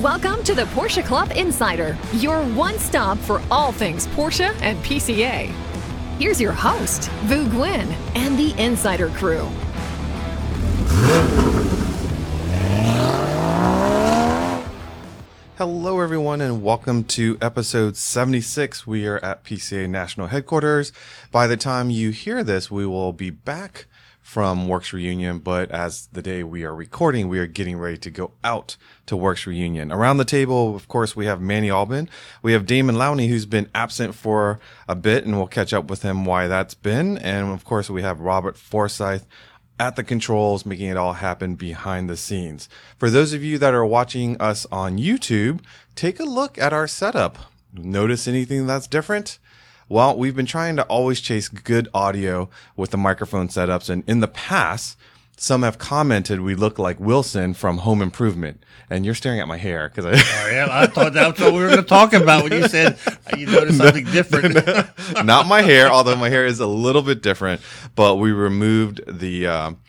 Welcome to the Porsche Club Insider, your one stop for all things Porsche and PCA. Here's your host, Vu Gwyn, and the Insider crew. Hello, everyone, and welcome to episode 76. We are at PCA National Headquarters. By the time you hear this, we will be back from Works Reunion, but as the day we are recording, we are getting ready to go out to Works Reunion. Around the table, of course, we have Manny Albin. We have Damon Lowney, who's been absent for a bit, and we'll catch up with him why that's been. And of course, we have Robert Forsyth at the controls, making it all happen behind the scenes. For those of you that are watching us on YouTube, take a look at our setup. Notice anything that's different? Well, we've been trying to always chase good audio with the microphone setups, and in the past, some have commented we look like Wilson from Home Improvement. And you're staring at my hair because I. Ariel, I thought that's what we were going to talk about when you said uh, you noticed something different. not my hair, although my hair is a little bit different. But we removed the um,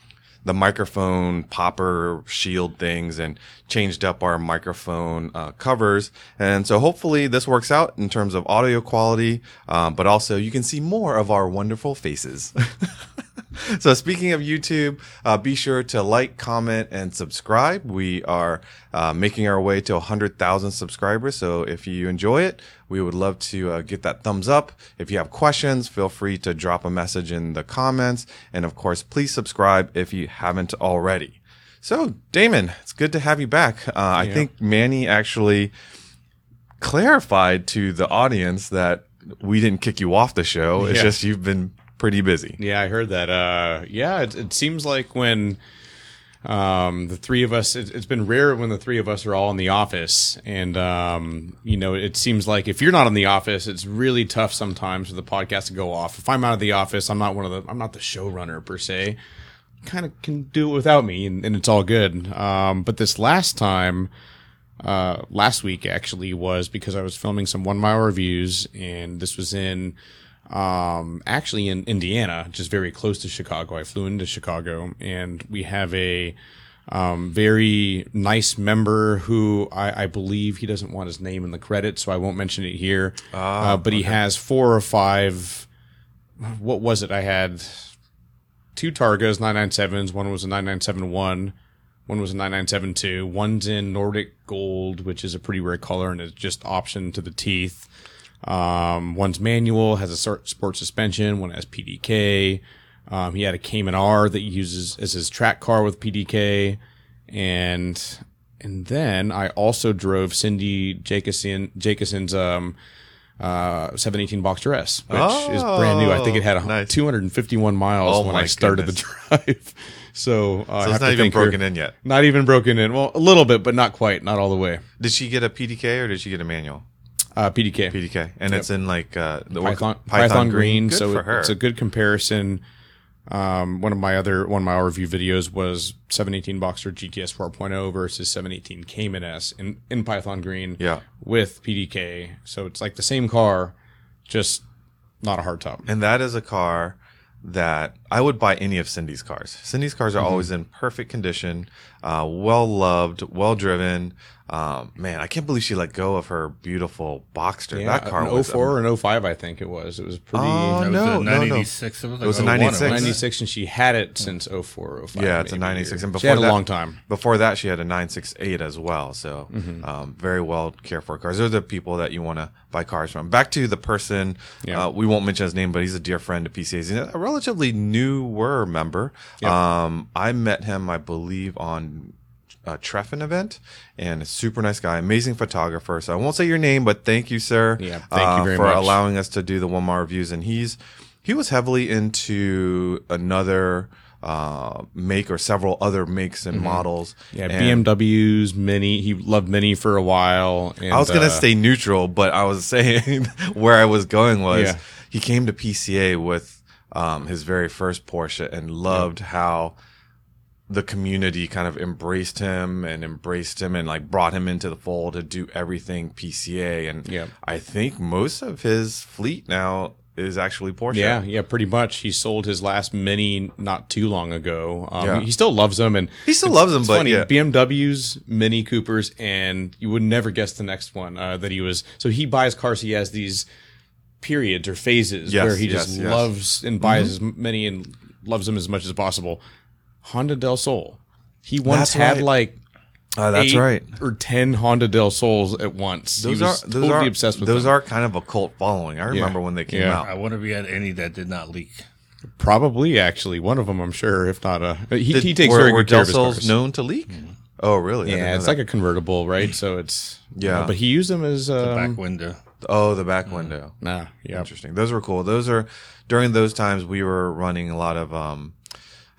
the microphone popper shield things and changed up our microphone uh, covers. And so hopefully this works out in terms of audio quality, um, but also you can see more of our wonderful faces. So speaking of YouTube, uh, be sure to like, comment, and subscribe. We are uh, making our way to 100,000 subscribers. So if you enjoy it, we would love to uh, get that thumbs up. If you have questions, feel free to drop a message in the comments. And of course, please subscribe if you haven't already. So Damon, it's good to have you back. Uh, I think Manny actually clarified to the audience that we didn't kick you off the show. It's Yeah. just you've been pretty busy. Yeah, I heard that. Uh, yeah, it, it seems like when um, the three of us, it, it's been rare when the three of us are all in the office. And, um, you know, it seems like if you're not in the office, it's really tough sometimes for the podcast to go off. If I'm out of the office, I'm not one of the, I'm not the showrunner per se. Kind of can do it without me and, and it's all good. Um, but this last time, uh, last week actually was because I was filming some one mile reviews and this was in, um, actually in Indiana, just very close to Chicago. I flew into Chicago and we have a, um, very nice member who I, I believe he doesn't want his name in the credits, so I won't mention it here. uh, but he has four or five. What was it? I had two Targas 997s. One was a 9971. One was a 9972. One's in Nordic gold, which is a pretty rare color and is just option to the teeth. Um, one's manual, has a sor- sport suspension. One has PDK. Um, he had a Cayman R that he uses as his track car with PDK. And, and then I also drove Cindy Jacobson, Jacobson's, um, uh, 718 Boxer S, which is brand new. I think it had a, hun- nice. 251 miles Oh when my I started goodness. the drive. So, uh, I So have it's to not even thank her. broken in yet. Not even broken in. Well, a little bit, but not quite. Not all the way. Did she get a PDK or did she get a manual? Uh, PDK. PDK, and it's in like uh, the what- Python, Python, green. Good so for it- her. it's a good comparison. Um, one of my other one of my hour review videos was 718 Boxer GTS 4.0 versus 718 Cayman S in, in Python green. Yeah. With PDK. So it's like the same car, just not a hard top. and that is a car that I would buy any of Cindy's cars. Cindy's cars are Mm-hmm. always in perfect condition, uh, well loved, well driven. Um, man, I can't believe she let go of her beautiful Boxster. that car an was 04 or an 05, I think it was. It was pretty. Oh, It was No, a no, no. 986. It was, was a 96. 96 and she had it since 04 05 Yeah, it's a maybe. 96. And she had before a that- long time Mm-hmm. Before that, she had a 968 as well. So, um, very well cared for cars. Those are the people that you want to buy cars from. Back to the person, Yeah. uh, we won't mention his name, but he's a dear friend of PCA's. He's a relatively newer member. Um, I met him, I believe, on a Treffen event and a super nice guy, amazing photographer. So I won't say your name, but thank you, sir. uh, Yeah, thank you very for much. allowing us to do the one mile reviews. And he's he was heavily into another uh, make or several other makes and models. Mm-hmm. yeah And bmws mini he loved mini for a while and, I was gonna uh, stay neutral, but I was saying where I was going was Yeah. he came to PCA with um, his very first Porsche and loved how the community kind of embraced him and embraced him and like brought him into the fold to do everything PCA and Yeah. I think most of his fleet now is actually Porsche. Yeah, yeah, pretty much. He sold his last Mini not too long ago. Um, Yeah. He still loves them, and He still loves them, it's but funny, yeah. BMWs, Mini Coopers, and you would never guess the next one uh, that he was. So he buys cars. He has these periods or phases Yes, where he just yes, Mm-hmm. yes. loves and buys as many and loves them as much as possible. Honda Del Sol. He once That's had right. like Uh, that's eight right. or ten Honda Del Sols at once. Those he was are those totally are obsessed with those them. are kind of a cult following. I remember when they came Yeah. out. I wonder if he had any that did not leak. Probably actually one of them. I'm sure, if not a he, he takes were, very were good care of his Del Sols cars. Mm-hmm. known to leak. Oh really? I didn't Yeah, know it's that. like a convertible, right? So it's Yeah. but he used them as um, Back window. oh the back Mm-hmm. window. nah, yeah, Interesting. Those were cool. Those are during those times we were running a lot of um,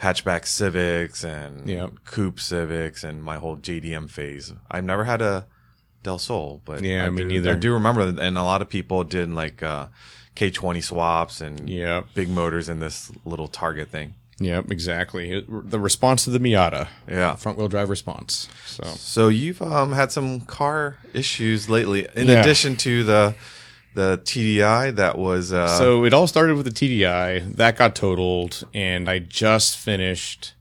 hatchback Civics and Yep. coupe Civics and my whole JDM phase. I've never had a Del Sol, but Yeah, I me do, neither. I do remember, that- and a lot of people did like uh, K20 swaps and Yep. big motors in this little Target thing. yep, exactly. It- the response to the Miata, Yeah. front wheel drive response. So So you've um, had some car issues lately, in Yeah. addition to the the TDI that was uh, so it all started with the TDI that got totaled, and I just finished.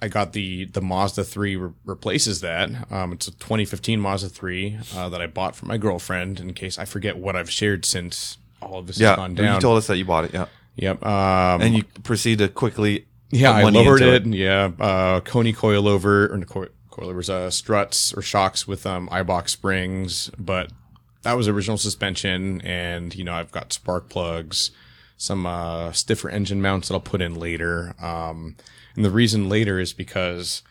I got the the Mazda three re- replaces that. Um, it's a 2015 Mazda three uh, that I bought from my girlfriend. In case I forget what I've shared since all of this yeah. has gone down. You told us that you bought it, yeah, yep. Um, and you proceeded to quickly. Yeah, put I money lowered into it. Yeah, uh, Coney coilover or no, co- coilovers, uh, struts or shocks with um, iBox springs, but that was original suspension, and you know I've got spark plugs, some uh, stiffer engine mounts that I'll put in later. Um, and the reason later is because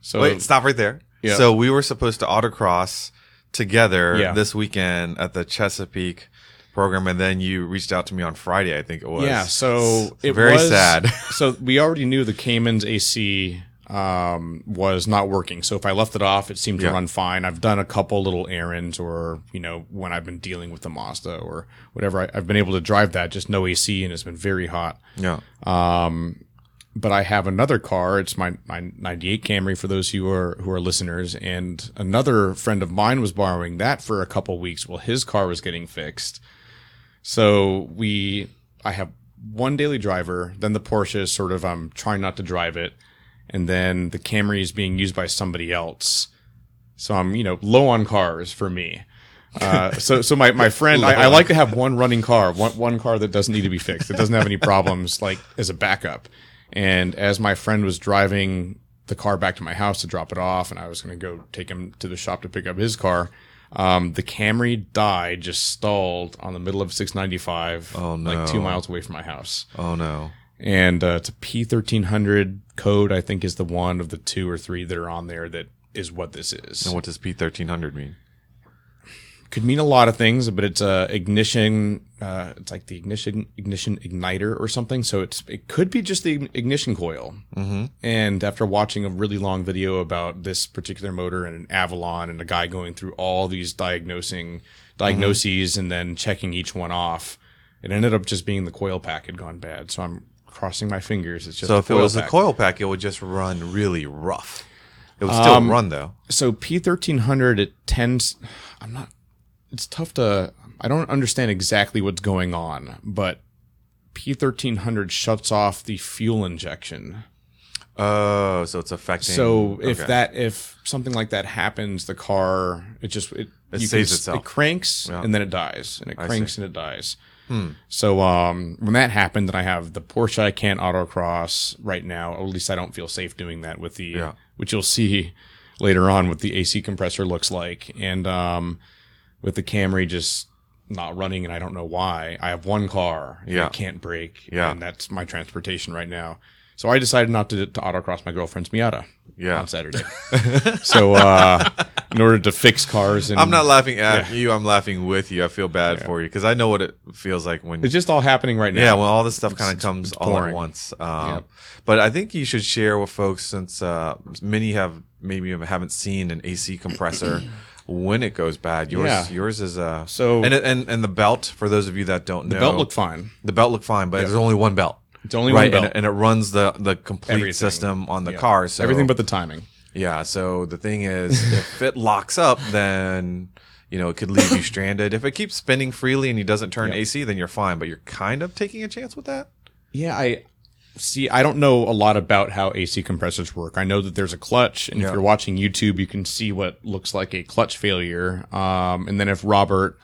so Wait, stop right there. Yeah. So we were supposed to autocross together Yeah. this weekend at the Chesapeake program, and then you reached out to me on Friday, I think it was. yeah, so it very was, sad. so we already knew the Cayman's AC um, was not working. So if I left it off, it seemed to Yeah. run fine. I've done a couple little errands, or you know, when I've been dealing with the Mazda or whatever, I, I've been able to drive that just no AC, and it's been very hot Yeah. but I have another car. It's my, my 98 Camry for those who are who are listeners. And another friend of mine was borrowing that for a couple weeks while his car was getting fixed. So we I have one daily driver, then the Porsche is sort of I'm trying not to drive it, and then the Camry is being used by somebody else. So I'm, you know, low on cars for me. Uh, so, so my, my friend, I, I like to have one running car, one, one car that doesn't need to be fixed. It doesn't have any problems, like as a backup. And as my friend was driving the car back to my house to drop it off, and I was going to go take him to the shop to pick up his car, um, the Camry died, just stalled on the middle of 695, Oh, like two no. miles away from my house. Oh no. And uh, it's a P1300 code, I think, is the one of the two or three that are on there that is what this is And what does P thirteen hundred mean? could mean a lot of things, but it's a ignition. Uh, it's like the ignition ignition igniter or something. So it's it could be just the ignition coil. Mm-hmm. And after watching a really long video about this particular motor and an Avalon and a guy going through all these diagnosing Mm-hmm. diagnoses and then checking each one off, it ended up just being the coil pack had gone bad. So I'm crossing my fingers. It's just So the if it was a pack. coil pack, it would just run really rough. It would still Um, run though. so P thirteen hundred it tends. I'm not. It's tough to. I don't understand exactly what's going on, but P thirteen hundred shuts off the fuel injection. Oh, so it's affecting. So if okay. that if something like that happens, the car it just it, It you saves s- itself. It cranks Yeah. Hmm. and then it dies, and it cranks and it dies. So um, when that happened, then I have the Porsche I can't autocross right now. Or at least I don't feel safe doing that with the Yeah. which you'll see later on what the AC compressor looks like, and um, with the Camry just not running, and I don't know why. I have one car, and Yeah. I can't brake, Yeah. and that's my transportation right now. So I decided not to, to autocross my girlfriend's Miata Yeah. on Saturday. so uh, in order to fix cars, and I'm not laughing at you, I'm laughing with you. I feel bad for you because I know what it feels like when It's just all happening right now. Yeah, well, all this stuff kind of comes all at pouring. once. Um, But I think you should share with folks since uh, many have maybe haven't seen an AC compressor when it goes bad. Yours, Yeah. yours is uh, So- and, it- and and the belt for those of you that don't know, the belt looked fine. the belt looked fine, but there's only one belt. It's only right, one belt. And, it- and it runs the the complete Everything. system on the Yeah. car. So Everything but the timing. yeah. So the thing is, if it locks up, then you know, it could leave you stranded. If it keeps spinning freely and he doesn't turn AC, then you're fine, but you're kind of taking a chance with that. Yeah, I see. I don't know a lot about how AC compressors work. I know that there's a clutch, and Yeah. if you're watching YouTube, you can see what looks like a clutch failure. Um, and then if Robert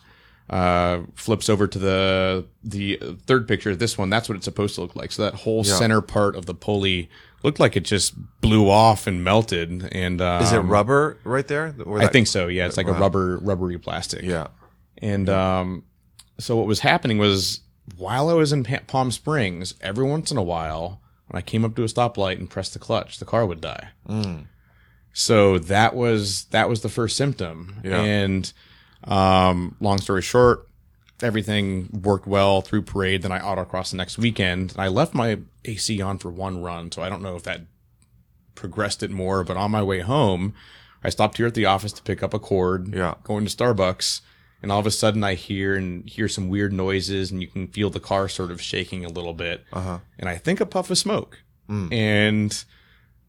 uh, flips over to the the third picture, this one, that's what it's supposed to look like. So that whole center part of the pulley looked like it just blew off and melted. And um, Is it rubber right there? Or I that- think so. Yeah, it's like a rubber rubbery plastic. Yeah. And um, so what was happening was while I was in pa- Palm Springs, every once in a while, when I came up to a stoplight and pressed the clutch, the car would die. So that was that was the first symptom. Yeah. And um, long story short, everything worked well through parade. Then I autocrossed the next weekend. And I left my AC on for one run, so I don't know if that progressed it more. But on my way home, I stopped here at the office to pick up a cord. Yeah. Going to Starbucks, and all of a sudden I hear and hear some weird noises, and you can feel the car sort of shaking a little bit. Uh-huh. And I think a puff of smoke. And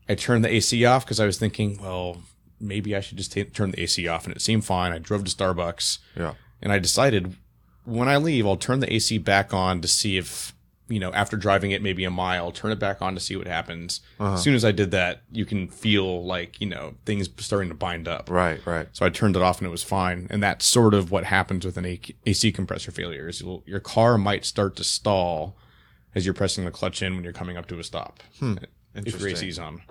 I turned the AC off because I was thinking, well, maybe I should just ta turn the AC off. And it seemed fine. I drove to Starbucks Yeah. and I decided when I leave, I'll turn the AC back on to see if, you know, after driving it maybe a mile, turn it back on to see what happens. Uh-huh. As soon as I did that, you can feel like, you know, things starting to bind up. Right, right. So I turned it off and it was fine. And that's sort of what happens with an A- AC compressor failure is you'll, your car might start to stall as you're pressing the clutch in when you're coming up to a stop. If your Hmm. Interesting. AC's on.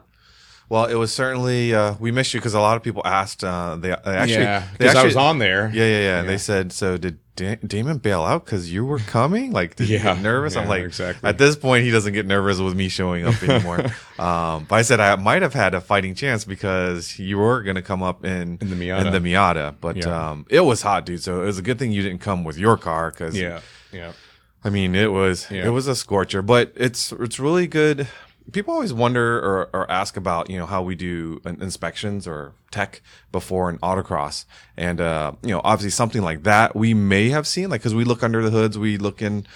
Well, it was certainly uh, we missed you because a lot of people asked. Uh, they, they actually, yeah, they because I was actually- on there. Yeah, yeah, yeah. They said so. Did da- Damon bail out because you were coming? Like, did you Yeah, get nervous? I'm yeah, like, exactly. At this point, he doesn't get nervous with me showing up anymore. um, but I said I might have had a fighting chance because you were going to come up in In the Miata. in the Miata. But Yeah. um, it was hot, dude. So it was a good thing you didn't come with your car because Yeah. Yeah. I mean, it was Yeah. it was a scorcher, but it's it's really good. People always wonder or, or ask about you know how we do in- inspections or tech before an autocross, and uh, you know obviously something like that we may have seen like because we look under the hoods, we look in,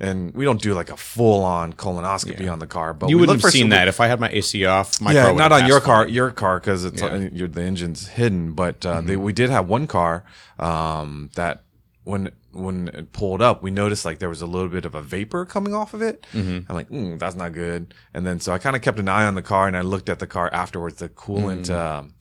and we don't do like a full on colonoscopy on the car, but You we look wouldn't for have seen some- that if I had my AC off. My yeah, car would not have on your passed car, by. your car, because it's uh, your, the engine's hidden. But uh, Mm-hmm. they, we did have one car um, that when when it pulled up, we noticed like there was a little bit of a vapor coming off of it. Mm-hmm. I'm like, mm, that's not good. And then so I kind of kept an eye on the car, and I looked at the car afterwards. The coolant. Mm. Um,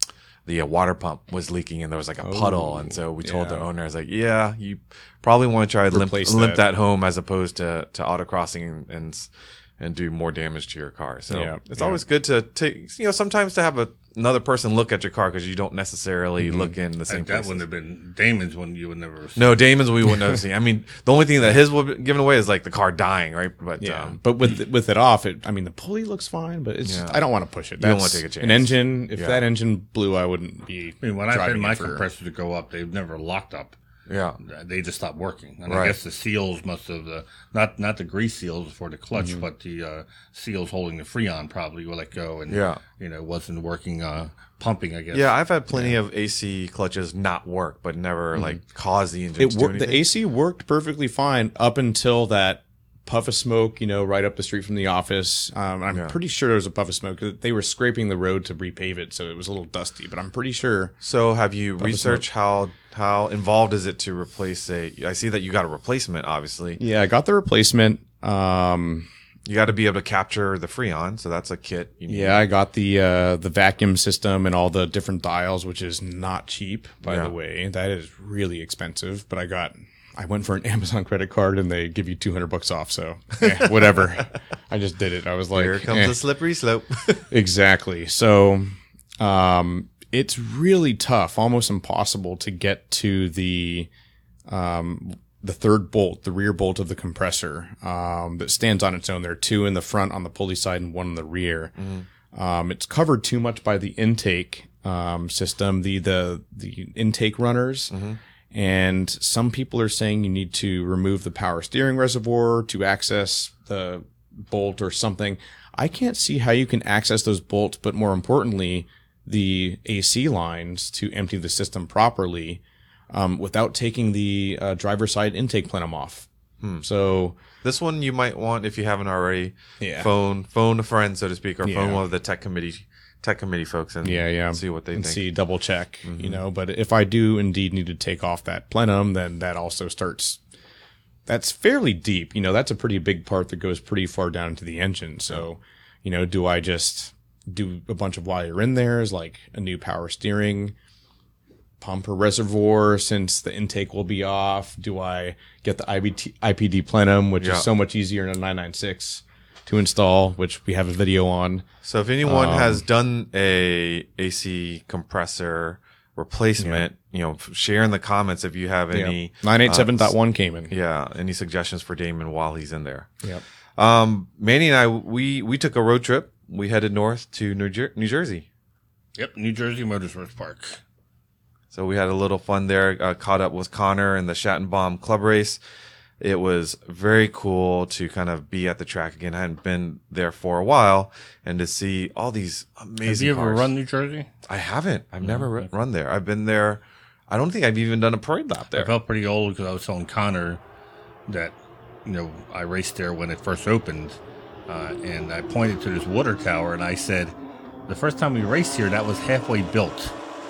the uh, water pump was leaking and there was like a puddle, Oh, and so we told the owner, "I was like, yeah, you probably want to try to limp, Replace limp that. that home as opposed to to autocrossing and and, s- and do more damage to your car." So Yeah, it's yeah. always good to take you know sometimes to have a, another person look at your car because you don't necessarily look in the same And that wouldn't place. have been Damon's one you would never have seen. No, Damon's we wouldn't have seen. I mean, the only thing that his would be given away is like the car dying, right? But Yeah, um, but with with it off, it I mean the pulley looks fine, but it's Yeah. I don't want to push it. don't That's wanna take a chance. An engine, if Yeah. that engine blew, I wouldn't be. I mean, when I paid driving my it for- compressor to go up, they've never locked up. yeah, They just stopped working, and Right. I guess the seals must have the not not the grease seals for the clutch, Mm-hmm. but the uh, seals holding the freon probably will let go, and Yeah. you know wasn't working uh, pumping. I guess yeah. I've had plenty of AC clutches not work, but never like cause the engine it to do worked. The anything. AC worked perfectly fine up until that puff of smoke, you know, right up the street from the office. Um, I'm pretty sure there was a puff of smoke. They were scraping the road to repave it, so it was a little dusty. But I'm pretty sure So have you researched how how involved is it to replace a? I see that you got a replacement. Obviously, Yeah, I got the replacement. Um, you got to be able to capture the freon, so that's a kit. You need. yeah, I got the uh, the vacuum system and all the different dials, which is not cheap, by Yeah. the way. That is really expensive. But I got, I went for an Amazon credit card, and they give you two hundred bucks off. So eh, whatever, I just did it. I was like, Here comes eh. the slippery slope. Exactly. So um, it's really tough, almost impossible to get to the um, the third bolt, the rear bolt of the compressor um, that stands on its own. There are two in the front on the pulley side and one in the rear. Um, it's covered too much by the intake um, system, the the the intake runners. And some people are saying you need to remove the power steering reservoir to access the bolt or something. I can't see how you can access those bolts, but more importantly, the AC lines to empty the system properly um, without taking the uh, driver side intake plenum off. So this one you might want if you haven't already. Yeah. Phone phone a friend, so to speak, or phone Yeah. one of the tech committee tech committee folks and yeah, yeah. see what they and think. see, double check, you know. But if I do indeed need to take off that plenum, then that also starts. That's fairly deep, you know. That's a pretty big part that goes pretty far down into the engine. So, you know, do I just do a bunch of wire in there? Is like a new power steering pump or reservoir since the intake will be off? Do I get the IBT, IPD plenum, which Yeah. is so much easier in a 996 to install, which we have a video on? So if anyone um, has done a AC compressor replacement, you know, f- share in the comments if you have any Yeah. 987.1 came in. yeah, any suggestions for Damon while he's in there. Yep. Um, Manny and I we we took a road trip. We headed north to New, Jer- New Jersey. Yep, New Jersey Motorsports Park. So we had a little fun there. Uh, caught up with Connor in the Schattenbaum Club race. It was very cool to kind of be at the track again. I hadn't been there for a while, and to see all these amazing. Have you ever cars. run Mm-hmm. New Jersey? I haven't. I've never ri- run there. I've been there. I don't think I've even done a parade lap I there. felt pretty old because I was telling Connor that you know I raced there when it first opened, uh, and I pointed to this water tower and I said, "The first time we raced here, that was halfway built.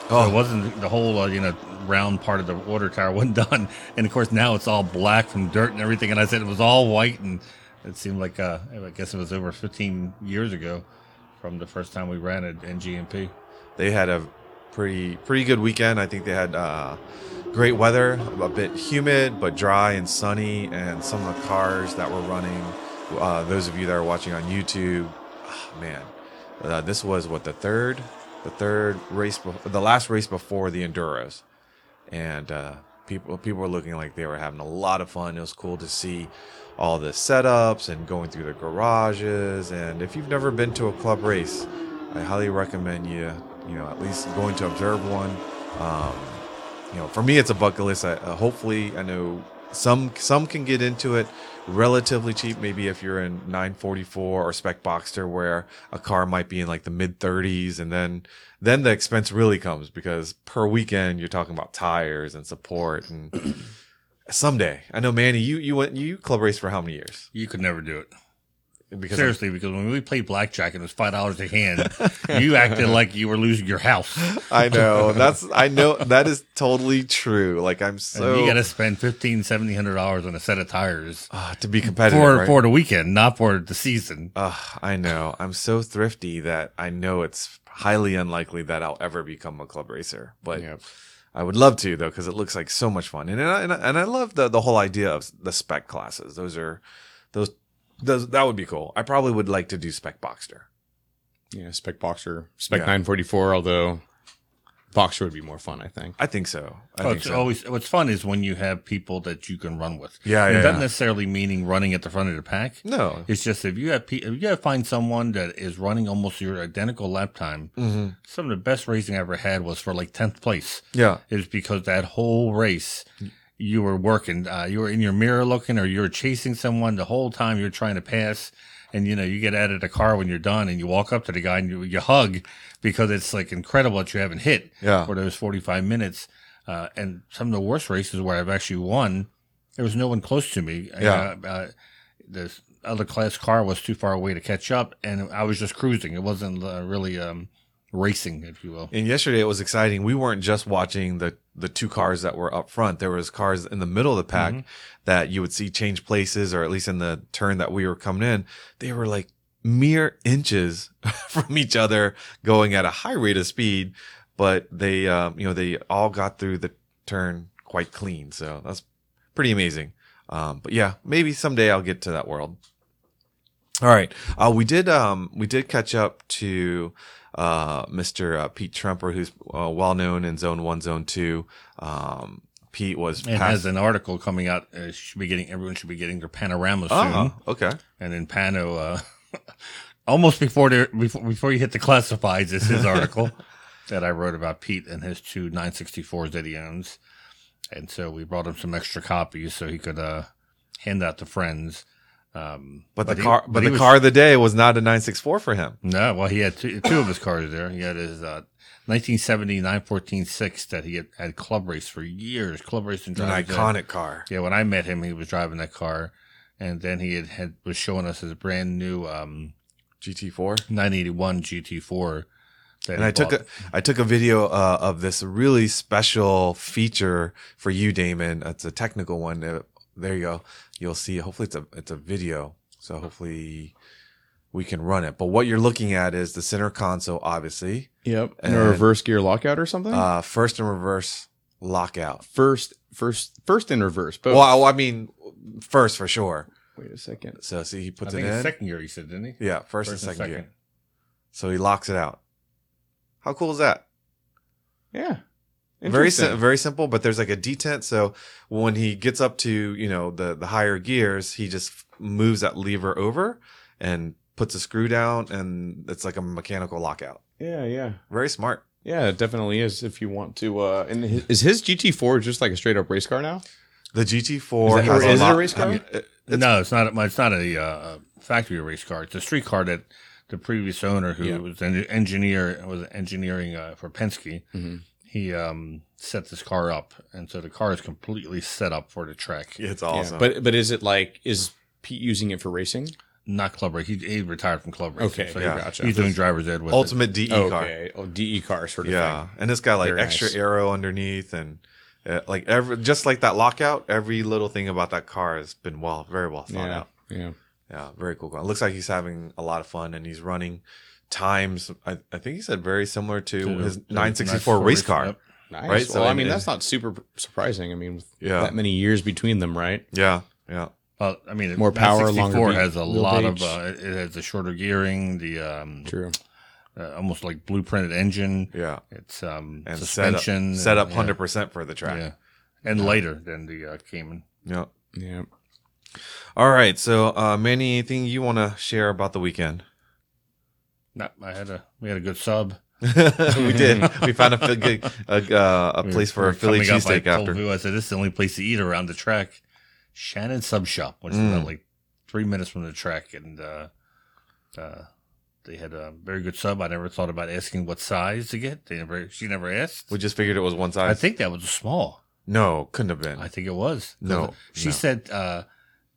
So Oh. it wasn't the whole uh, you know round part of the water tower wasn't done. And of course now it's all black from dirt and everything. And I said it was all white, and it seemed like uh, I guess it was over 15 years ago from the first time we ran it in GMP. They had a pretty pretty good weekend. I think they had uh, great weather, a bit humid but dry and sunny, and some of the cars that were running. Uh, those of you that are watching on YouTube, ah, man, uh, this was what the third, the third race, bef- the last race before the enduros. and uh, people people were looking like they were having a lot of fun. It was cool to see all the setups and going through the garages. And if you've never been to a club race, I highly recommend you you know at least going to observe one. Um, you know, for me, it's a bucket list. I, uh, hopefully, I know some some can get into it relatively cheap. Maybe if you're in 944 or Spec Boxster, where a car might be in like the mid 30s, and then then the expense really comes because per weekend you're talking about tires and support and someday. I know, Manny, you you went you club raced for how many years? You could never do it. Because Seriously, because when we played blackjack and it was five dollars a hand, you acted like you were losing your house. I know that's I know that is totally true. Like I'm And so you got to spend fifteen, seventeen hundred dollars on a set of tires Ah, to be competitive for right? for the weekend, not for the season. Uh, I know. I'm so thrifty that I know it's highly unlikely that I'll ever become a club racer. But Yep. I would love to though, because it looks like so much fun, and and I, and I- and I love the the whole idea of the spec classes. Those are those those that would be cool. I probably would like to do spec Boxster. Yeah, Spec Boxer, Spec Yeah. 944, although Boxer would be more fun, I think. I think so. I Oh, think it's so. always what's fun is when you have people that you can run with. Yeah, And yeah, It doesn't yeah. necessarily meaning running at the front of the pack. no. It's just if you have pe- if you have find someone that is running almost your identical lap time. hmm Some of the best racing I ever had was for like tenth place. Yeah. is because that whole race you were working uh, you were in your mirror looking or you were chasing someone the whole time you're trying to pass and you know you get out of the car when you're done and you walk up to the guy and you, you hug because it's like incredible that you haven't hit Yeah. for those 45 minutes uh, and some of the worst races where i've actually won there was no one close to me Yeah. uh, uh, this other class car was too far away to catch up and i was just cruising it wasn't uh, really um, racing if you will And yesterday it was exciting. We weren't just watching the the two cars that were up front. There was cars in the middle of the pack that you would see change places, or at least in the turn that we were coming in. They were like mere inches from each other, going at a high rate of speed. But they, um, you know, they all got through the turn quite clean. So that's pretty amazing. Um, but yeah, maybe someday I'll get to that world. All right. Uh, we did um, we did catch up to uh, Mr. Uh, Pete Trumper, who's uh, well known in Zone One, Zone Two. Um, Pete was And past- has an article coming out. Uh, should be getting everyone should be getting their panorama soon. Oh, okay. And in pano, uh, almost before the before before you hit the classifieds, is his article that I wrote about Pete and his two 964s that he owns. And so we brought him some extra copies so he could uh, hand out to friends. Um, But the he- car, but, he the was- car of the day was not a nine six four for him. No, well, he had two, two of his cars there. He had his uh, 1970 914 6 that he had, had club race for years, club race and An drive. iconic car. Yeah, when I met him, he was driving that car, and then he had, had was showing us his brand new um, GT four. 981 GT4 That and I took a I took a video uh, of this really special feature for you, Damon. It's a technical one. Uh, There you go. You'll see. Hopefully, it's a it's a video. So hopefully, we can run it. But what you're looking at is the center console, obviously. Yep. And a And- reverse gear lockout or something. Uh, first and reverse lockout. first, first, first in reverse. But Well, I mean, first for sure. wait a second. So see, he I puts it think in. it's second year. You said, didn't he? yeah, first, and second, gear. So he locks it out. How cool is that? Yeah. Very Interesting. sim- very simple, but there's like a detent. So when he gets up to you know the the higher gears, he just moves that lever over and puts a screw down, and it's like a mechanical lockout. Yeah, yeah. Very smart. Yeah, it definitely is if you want to. Uh, and his, is his GT4 just like a straight up race car now? The GT4 Is that- has a or is it a lot- race car? I mean, it- it's- no, it's not. a- It's not a uh, factory race car. It's a street car that the previous owner, who Yeah. was an engineer, was engineering uh, for Penske. Mm-hmm. He um, set this car up, and so the car is completely set up for the track. it's Yeah, awesome. But but is it like is Pete using it for racing? Not club race. He, he retired from club racing. Okay, so he- yeah. gotcha. he's doing driver's ed with it. ultimate DE E car. okay, oh, DE car sort of Yeah, thing. and it's got like Very extra nice. arrow underneath, and uh, like every just like that lockout, every little thing about that car has been well, very well thought Yeah, out. yeah. Yeah, very cool. car. It looks like he's having a lot of fun, and he's running times. I, I think he said very similar to, To- his to 964 race car. Yep. Nice. Right, Well, so I it- mean it- that's not super surprising. I mean, with Yeah. that many years between them, right? Yeah, yeah, Well, I mean, More power, longer 964 beat- has a lot of. wheelbase. Uh, it it has the shorter gearing, the um, True. uh, almost like blueprinted engine. yeah. It's um, And suspension set up and- hundred percent for the yeah. track. Yeah. Yeah. and lighter than the uh, Cayman. Yeah. All right. So, uh, Manny, anything you want to share about the weekend? No, I had a we had a good sub. we did. We found a, fi- good- a, uh, a place for a Philly Coming up, I cheesesteak told after. Vu, I said this is the only place to eat around the track. Shannon Sub Shop, which Mm. is about like three minutes from the track, and uh, uh, they had a very good sub. I never thought about asking what size to get. They never, she never asked. We just figured it was one size. I think that was a small. No, couldn't have been. I think it was. No, she no. said uh,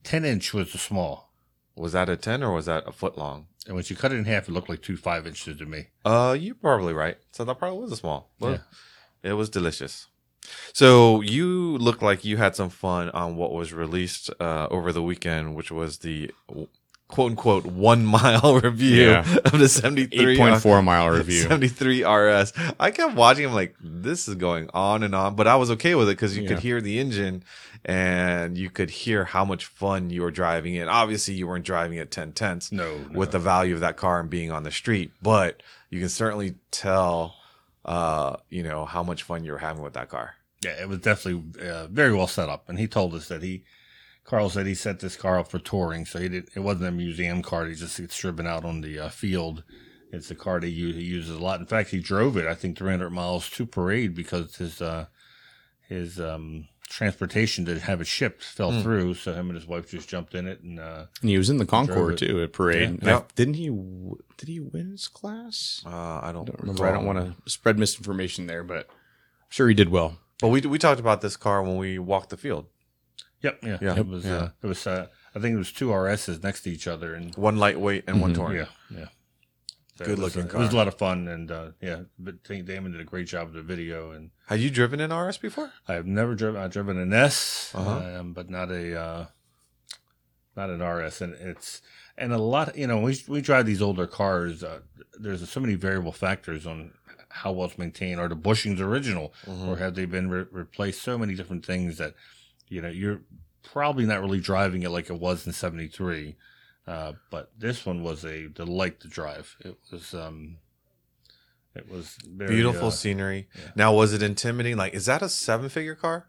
ten inch was the small, was that a ten or was that a foot long? and when she cut it in half, it looked like two five inches to me. Uh, you're probably right. So that probably was a small. Yeah. It was delicious. So you look like you had some fun on what was released uh, over the weekend, which was the quote unquote one mile review Yeah. of the 73 Eight point four mile review. 73 RS. I kept watching him like this is going on and on, but I was okay with it because you could Yeah. hear the engine and you could hear how much fun you were driving it. Obviously, you weren't driving at 10 tenths No, with the value of that car and being on the street, but you can certainly tell, uh, you know, how much fun you're having with that car. Yeah, it was definitely uh, very well set up, and he told us that he, Carl said he set this car up for touring, so he did. It wasn't a museum car; he just it's driven out on the uh, field. It's a car that he, he uses a lot. In fact, he drove it I think 300 miles to parade because his uh, his um, transportation to have it shipped fell Hmm. through, so him and his wife just jumped in it and uh, And he was in the Concord Drove it. too at parade. Yeah. And Yeah. I- didn't he? w- Did he win his class? Uh, I don't, I don't remember. I don't want to spread misinformation there, but I'm sure he did well. But we we talked about this car when we walked the field. yep, yeah, Yeah, it was yeah. Uh, it was uh, I think it was two RSs next to each other, and One lightweight and one Mhm. touring. Mm-hmm. Yeah, yeah. So Good it was, looking uh, It was car. a lot of fun, and uh, yeah, but I think Damon did a great job with the video. And Have you driven an RS before? I've never driven. I've driven an S, Uh-huh. um, but not a uh, not an RS, and it's and a lot. You know, we we drive these older cars. Uh, there's so many variable factors on how well it's maintained. Are the bushings original, or Mm-hmm. have they been re- replaced? So many different things that you know you're probably not really driving it like it was in '73. Uh, but this one was a delight to drive. It was um, it was very, Beautiful uh, scenery. yeah. Now, was it intimidating? Like, is that a seven figure car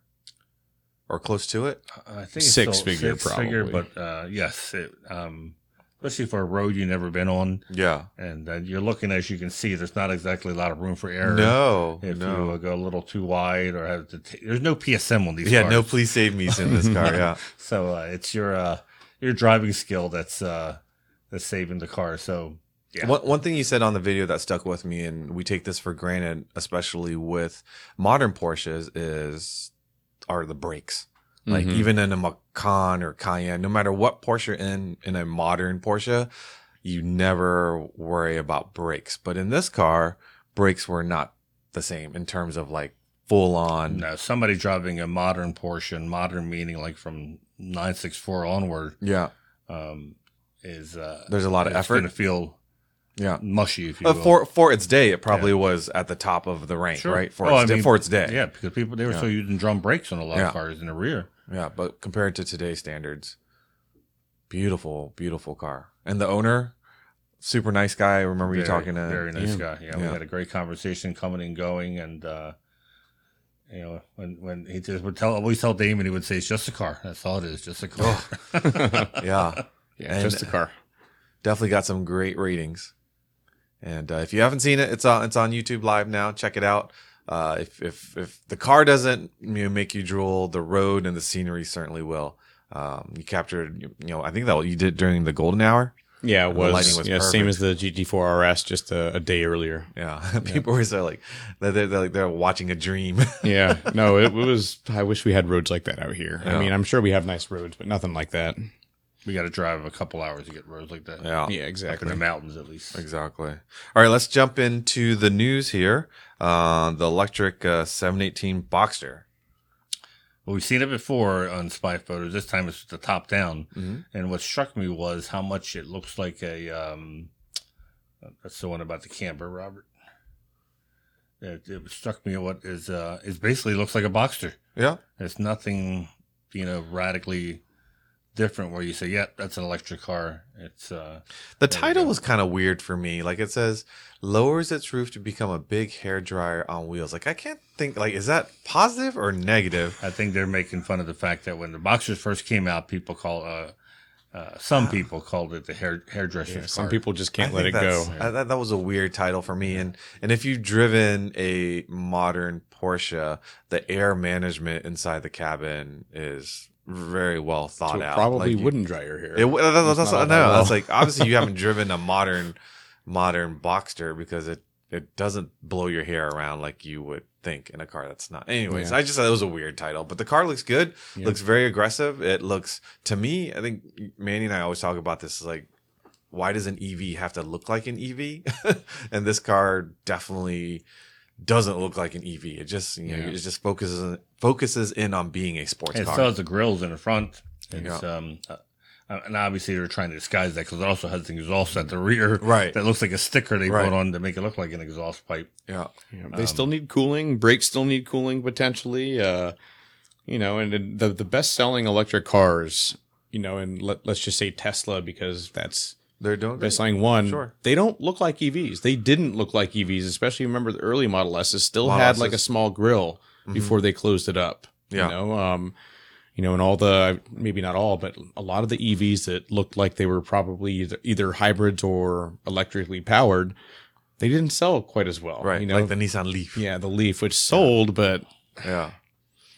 or close to it? I think it's Six still figure, probably. but uh, yes, it, um, especially for a road you've never been on, Yeah. and uh, you're looking as you can see, there's not exactly a lot of room for error. No. if you uh, no. go a little too wide or have to, t- there's no PSM on these. yeah. cars. No, please save me's in this car. Yeah. So uh, it's your uh, your driving skill that's uh, that's saving the car. So Yeah. One, one thing you said on the video that stuck with me, and we take this for granted, especially with modern Porsches, is are the brakes. Like Mm-hmm. Mhm. even in a Macan or Cayenne, no matter what Porsche you're in, in a modern Porsche, you never worry about brakes. But in this car, brakes were not the same in terms of like full on. No, uh, somebody driving a modern Porsche, modern meaning like from 964 onward, Yeah. um, is uh, There's a lot of it's effort. Going to feel Yeah. mushy if you But will. for for its day, it probably was at the top of the rank, Sure. right? For Oh, its I day, mean, for its day. yeah, because people they were Yeah. still using drum brakes on a lot Yeah. of cars in the rear. Yeah, but compared to today's standards, beautiful, beautiful car. And the owner, super nice guy. I remember you Very- talking to very nice guy. Yeah, we Yeah. had a great conversation coming and going, and uh, you know when when he just would tell always tell Damon he would say it's just a car. That's all it is, just a car. Yeah, Yeah, And- just a car. definitely got some great ratings. And uh, if you haven't seen it, it's on it's on YouTube Live now. Check it out. Uh, if if if the car doesn't you know, make you drool, the road and the scenery certainly will. Um, you captured, you know, I think that what you did during the golden hour. Yeah, it The was. lighting was yeah, same as the GT4 RS, just a, a day earlier. Yeah, people were so like they're, they're, they're like they're watching a dream. Yeah, no, it, it was. I wish we had roads like that out here. Yeah. I mean, I'm sure we have nice roads, but nothing like that. we got to drive a couple hours to get roads like that. yeah, Yeah, Up in exactly. the mountains, at least. Exactly. All right, let's jump into the news here. Uh, the electric uh, 718 Boxster. Well, we've seen it before on spy photos. This time it's the top down, Mm-hmm. Mhm. and what struck me was how much it looks like a. Um, that's the one about the camber, Robert. It, it struck me what is uh, it basically looks like a Boxster. Yeah. There's nothing, you know, radically different where you say, "Yeah, that's an electric car." It's uh, The There we title go. was kind of weird for me. Like it says, lowers its roof to become a big hair dryer on wheels. Like I can't think. Like is that positive or negative? I think they're making fun of the fact that when the boxers first came out, people call uh, uh, some people called it the hair hairdresser's Yeah, car. some people just can't I let it think go. that's- I, that, that was a weird title for me. And and if you've driven a modern Porsche, the air management inside the cabin is very well thought So it out. probably Like, you- wouldn't dry your hair. It, that, that's It's that's, not all no, that that's well. like obviously you haven't driven a modern modern Boxster because it it doesn't blow your hair around like you would think in a car that's not. Anyways, Yeah. I just thought it was a weird title, but the car looks good. Yeah. Looks very aggressive. It looks to me. I think Manny and I always talk about this. Like, why does an EV have to look like an EV? and this car definitely doesn't look like an EV. It just you know Yeah. it just focuses focuses in on being a sports It car. still has the grills in the front. It's, Yeah. um, uh, and obviously they're trying to disguise that because it also has an exhaust at the rear Right. that looks like a sticker they Right. put on to make it look like an exhaust pipe. yeah. um, Yeah, they still need cooling. Brakes still need cooling potentially. Uh, you know, and- and the the best selling electric cars, you know, and let, let's just say Tesla because that's They're doing great. best selling one. Sure. They don't look like EVs. They didn't look like EVs, especially remember the early Model S's still Model had S's. Mm-hmm. like a small grill before they closed it up. Yeah. You know, um, you know, and all the maybe not all, but a lot of the EVs that looked like they were probably either, either hybrids or electrically powered, they didn't sell quite as well. Right, Oh, You know, like the Nissan Leaf. Yeah, the Leaf, which sold, but Yeah.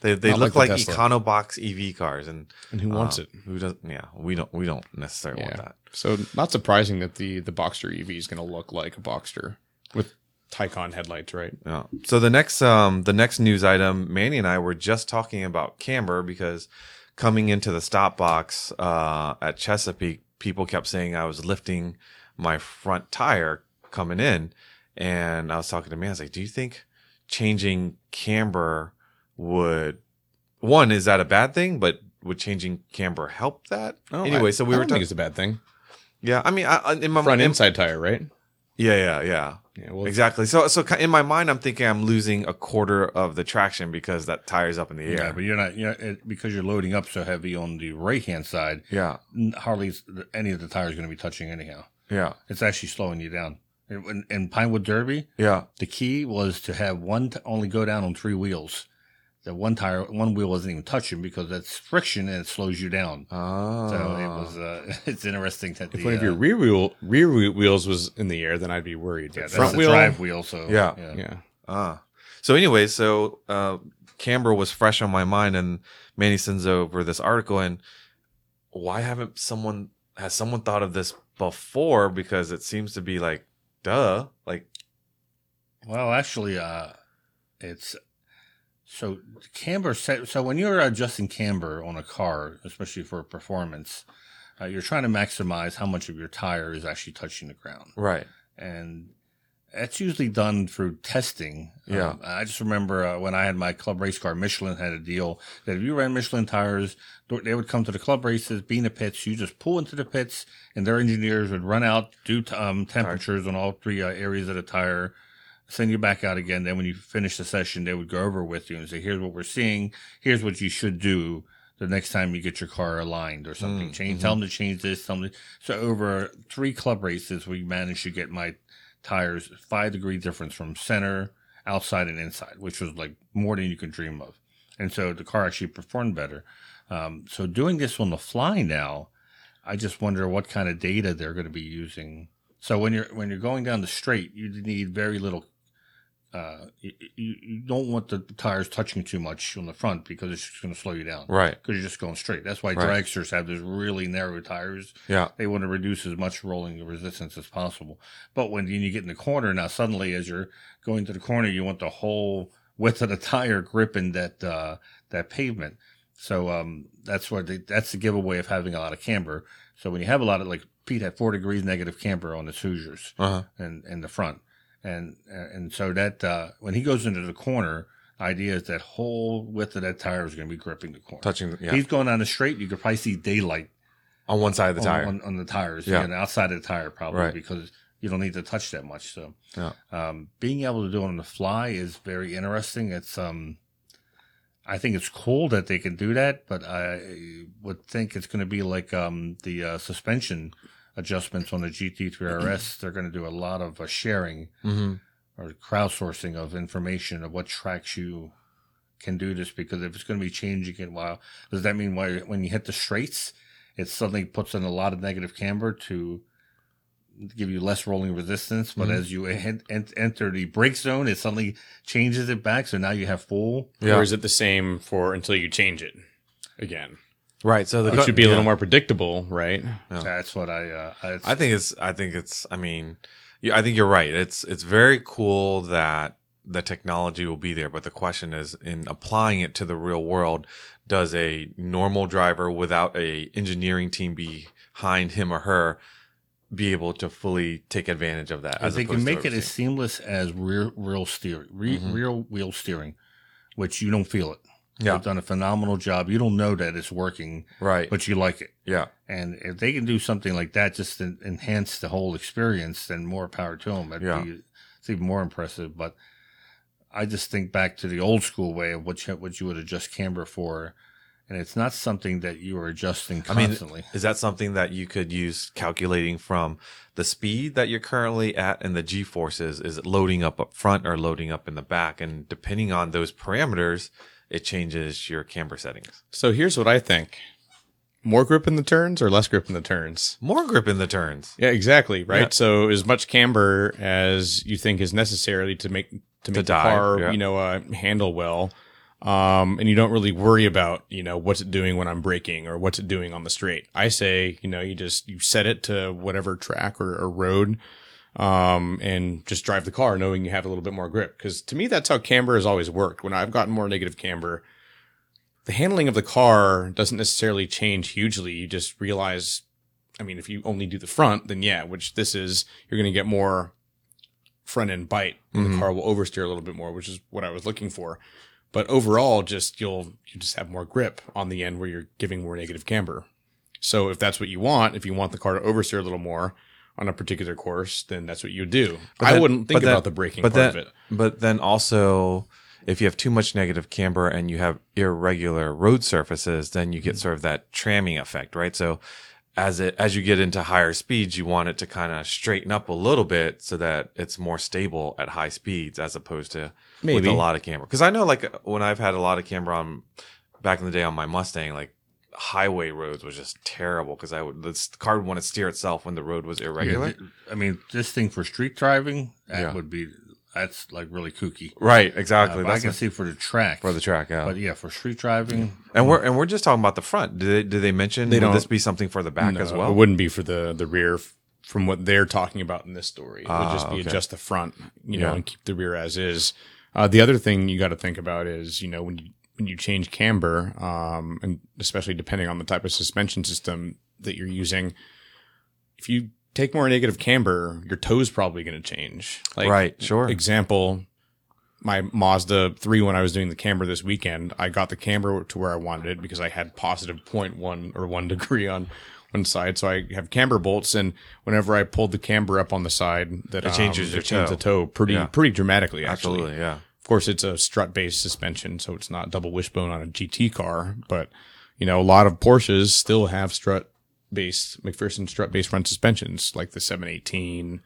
They they Not look like, like the Tesla. EconoBox EV cars and and who uh, wants it? Who doesn't yeah, we don't we don't necessarily want Yeah. that. So not surprising that the the Boxster EV is going to look like a Boxster with Tycon headlights, right? Yeah. So the next um the next news item, Manny and I were just talking about camber because coming into the stop box uh at Chesapeake, people kept saying I was lifting my front tire coming in and I was talking to Manny, I was like, Do you think changing camber would one, is that a bad thing? But would changing camber help that? Oh, Oh, anyway, so we were talking talking it's a bad thing. Yeah, I mean, I, I- Um, in my Front in- inside tire, right? Yeah, yeah, yeah. Yeah, well, Exactly. So, so ki- in my mind, I'm thinking I'm losing a quarter of the traction because that tire's up in the Yeah, air. but you're not, you're, it, because you're loading up so heavy on the right hand side, Yeah, n- hardly s- any of the tires going to be touching anyhow. yeah, It's actually slowing you down. And when- in Pinewood Derby, yeah. the key was to have one t- only go down on three wheels. The one tire, one wheel wasn't even touching because that's friction and it slows you down. Oh, So it was. Uh, it's interesting that the Ah. if one of uh, your rear wheel rear wheel- wheels was in the air, then I'd be worried. yeah, But that's front the wheel, drive wheel. So Yeah. yeah. Ah. So anyway, so uh, Canberra was fresh on my mind, and Manny sends over this article, and why haven't someone has someone thought of this before? Because it seems to be like, duh, like Well, actually, uh, it's so camber. set- So when you're adjusting camber on a car, especially for performance, uh, you're trying to maximize how much of your tire is actually touching the ground. right, and That's usually done through testing. Yeah. Um, I just remember uh, when I had my club race car, Michelin had a deal that if you ran Michelin tires, th- they would come to the club races, be in the pits. You just pull into the pits, and their engineers would run out, do t- um, temperatures on all three uh, areas of the tire, send you back out again. Then when you finish the session, they would go over with you and say, "Here's what we're seeing. Here's what you should do." The next time you get your car aligned or something, change. Tell them to change this. Tell them to, so over three club races, we managed to get my tires five degree difference from center, outside, and inside, which was like more than you could dream of. And so the car actually performed better. Um, so doing this on the fly now, I just wonder what kind of data they're going to be using. So when you're when you're going down the straight, you need very little. Uh, you, you you don't want the tires touching too much on the front because it's just going to slow you down. Right. Because you're just going straight. That's why Right. dragsters have those really narrow tires Yeah. they want to reduce as much rolling resistance as possible. But when you get in the corner, now suddenly as you're going to the corner, you want the whole width of the tire gripping that uh, that pavement. So um, that's where they, that's the giveaway of having a lot of camber. So when you have a lot of like Pete had four degrees negative camber on his Hoosiers Uh-huh. and in the front, and and so that uh, when he goes into the corner, idea is that whole width of that tire is going to be gripping the corner. Touching. Yeah. He's going down the straight. You could probably see daylight on one side of the on- tire. on, on the tires, Yeah. yeah, and outside of the tire probably Right. because you don't need to touch that much. So, Yeah. um, being able to do it on the fly is very interesting. It's um, I think it's cool that they can do that, but I would think it's going to be like um the uh, suspension adjustments on the GT3 RS. They're going to do a lot of uh, sharing mm-hmm. or crowdsourcing of information of what tracks you can do this because if it's going to be changing it while does that mean why when you hit the straights it suddenly puts in a lot of negative camber to give you less rolling resistance but Mhm. as you en- en- enter the brake zone it suddenly changes it back so now you have full Yeah. Or is it the same for until you change it again? Right. So the It cut- should be a yeah. little more predictable, right? Yeah. that's what i uh it's- I think it's. I think it's. I mean, yeah, I think you're right. It's. It's very cool that the technology will be there, but the question is, in applying it to the real world, does a normal driver without a engineering team behind him or her be able to fully take advantage of that? If they can opposed to make it as everything? seamless as rear real steering, re, Mhm. real wheel steering, which you don't feel it. Yeah. They've done a phenomenal job. You don't know that it's working, right. but you like it. yeah. And if they can do something like that, just to enhance the whole experience, then more power to them. That'd Yeah. be, it's even more impressive. But I just think back to the old school way of what you, what you would adjust camber for, and it's not something that you are adjusting I mean, constantly. Is that something that you could use calculating from the speed that you're currently at and the G forces? Is it loading up up front or loading up in the back? And depending on those parameters, it changes your camber settings. So here's what I think: more grip in the turns or less grip in the turns? More grip in the turns Yeah, exactly. Right. Yeah. So as much camber as you think is necessary to make to make the dive, car, yeah. you know, uh, handle well. Um, and you don't really worry about, you know, what's it doing when I'm braking or what's it doing on the straight. I say, you know, you just, you set it to whatever track or, or road, um, and just drive the car knowing you have a little bit more grip. Cause to me, that's how camber has always worked. When I've gotten more negative camber, the handling of the car doesn't necessarily change hugely. You just realize, I mean, if you only do the front, then yeah, which this is, you're going to get more front end bite. and Mhm. The car will oversteer a little bit more, which is what I was looking for. But overall, just you'll you just have more grip on the end where you're giving more negative camber. So if that's what you want, if you want the car to oversteer a little more on a particular course, then that's what you do. But I then- wouldn't think but then- about the braking but part then- of it. But then also, if you have too much negative camber and you have irregular road surfaces, then you get sort of that tramming effect, right? So as it as you get into higher speeds, you want it to kind of straighten up a little bit so that it's more stable at high speeds as opposed to with Maybe. a lot of camber. Because I know like when I've had a lot of camber on back in the day on my Mustang, like highway roads was just terrible because I would the car would want to steer itself when the road was irregular. Yeah, th- I mean, this thing for street driving, that Yeah. would be, that's like really kooky. Right, exactly. Uh, but I That's can see for the track. for the track, yeah. But yeah, for street driving, And we're and we're just talking about the front. Did they, did they mention Mm. They would don't- this be something for the back as No, well? It wouldn't be for the the rear f- from what they're talking about in this story. It would Ah, just be okay. adjust the front, you know, Yeah. and keep the rear as is. Uh, the other thing you got to think about is, you know, when you when you change camber, um, and especially depending on the type of suspension system that you're using, if you take more negative camber, your toe's probably going to change. Like, Right, sure. Example, my Mazda 3 when I was doing the camber this weekend, I got the camber to where I wanted it because I had positive 0.1 or 1 degree on one side. So I have camber bolts and whenever I pulled the camber up on the side that changes your it changed toe. the toe pretty Yeah. pretty dramatically actually. Absolutely, yeah. Of course, it's a strut based suspension, so it's not double wishbone on a GT car, but you know, a lot of Porsches still have strut based McPherson strut based front suspensions like the 718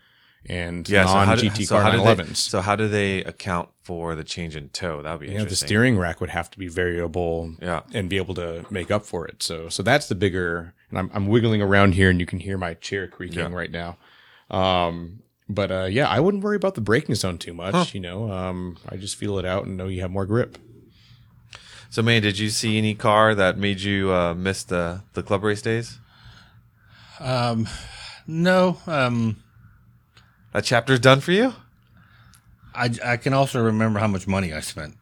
and non do- GT car how do they- 911s. So how do they account for the change in toe? That would be yeah, the interesting. steering rack would have to be variable Yeah. and be able to make up for it. So, so that's the bigger, and I'm, I'm wiggling around here and you can hear my chair creaking Yeah. right now. Um, but, uh, yeah, I wouldn't worry about the braking zone too much, you know, um, I just feel it out and know you have more grip. So, man, did you see any car that made you uh, miss the the club race days? Um, no, um, That chapter's done for you. I, I can also remember how much money I spent.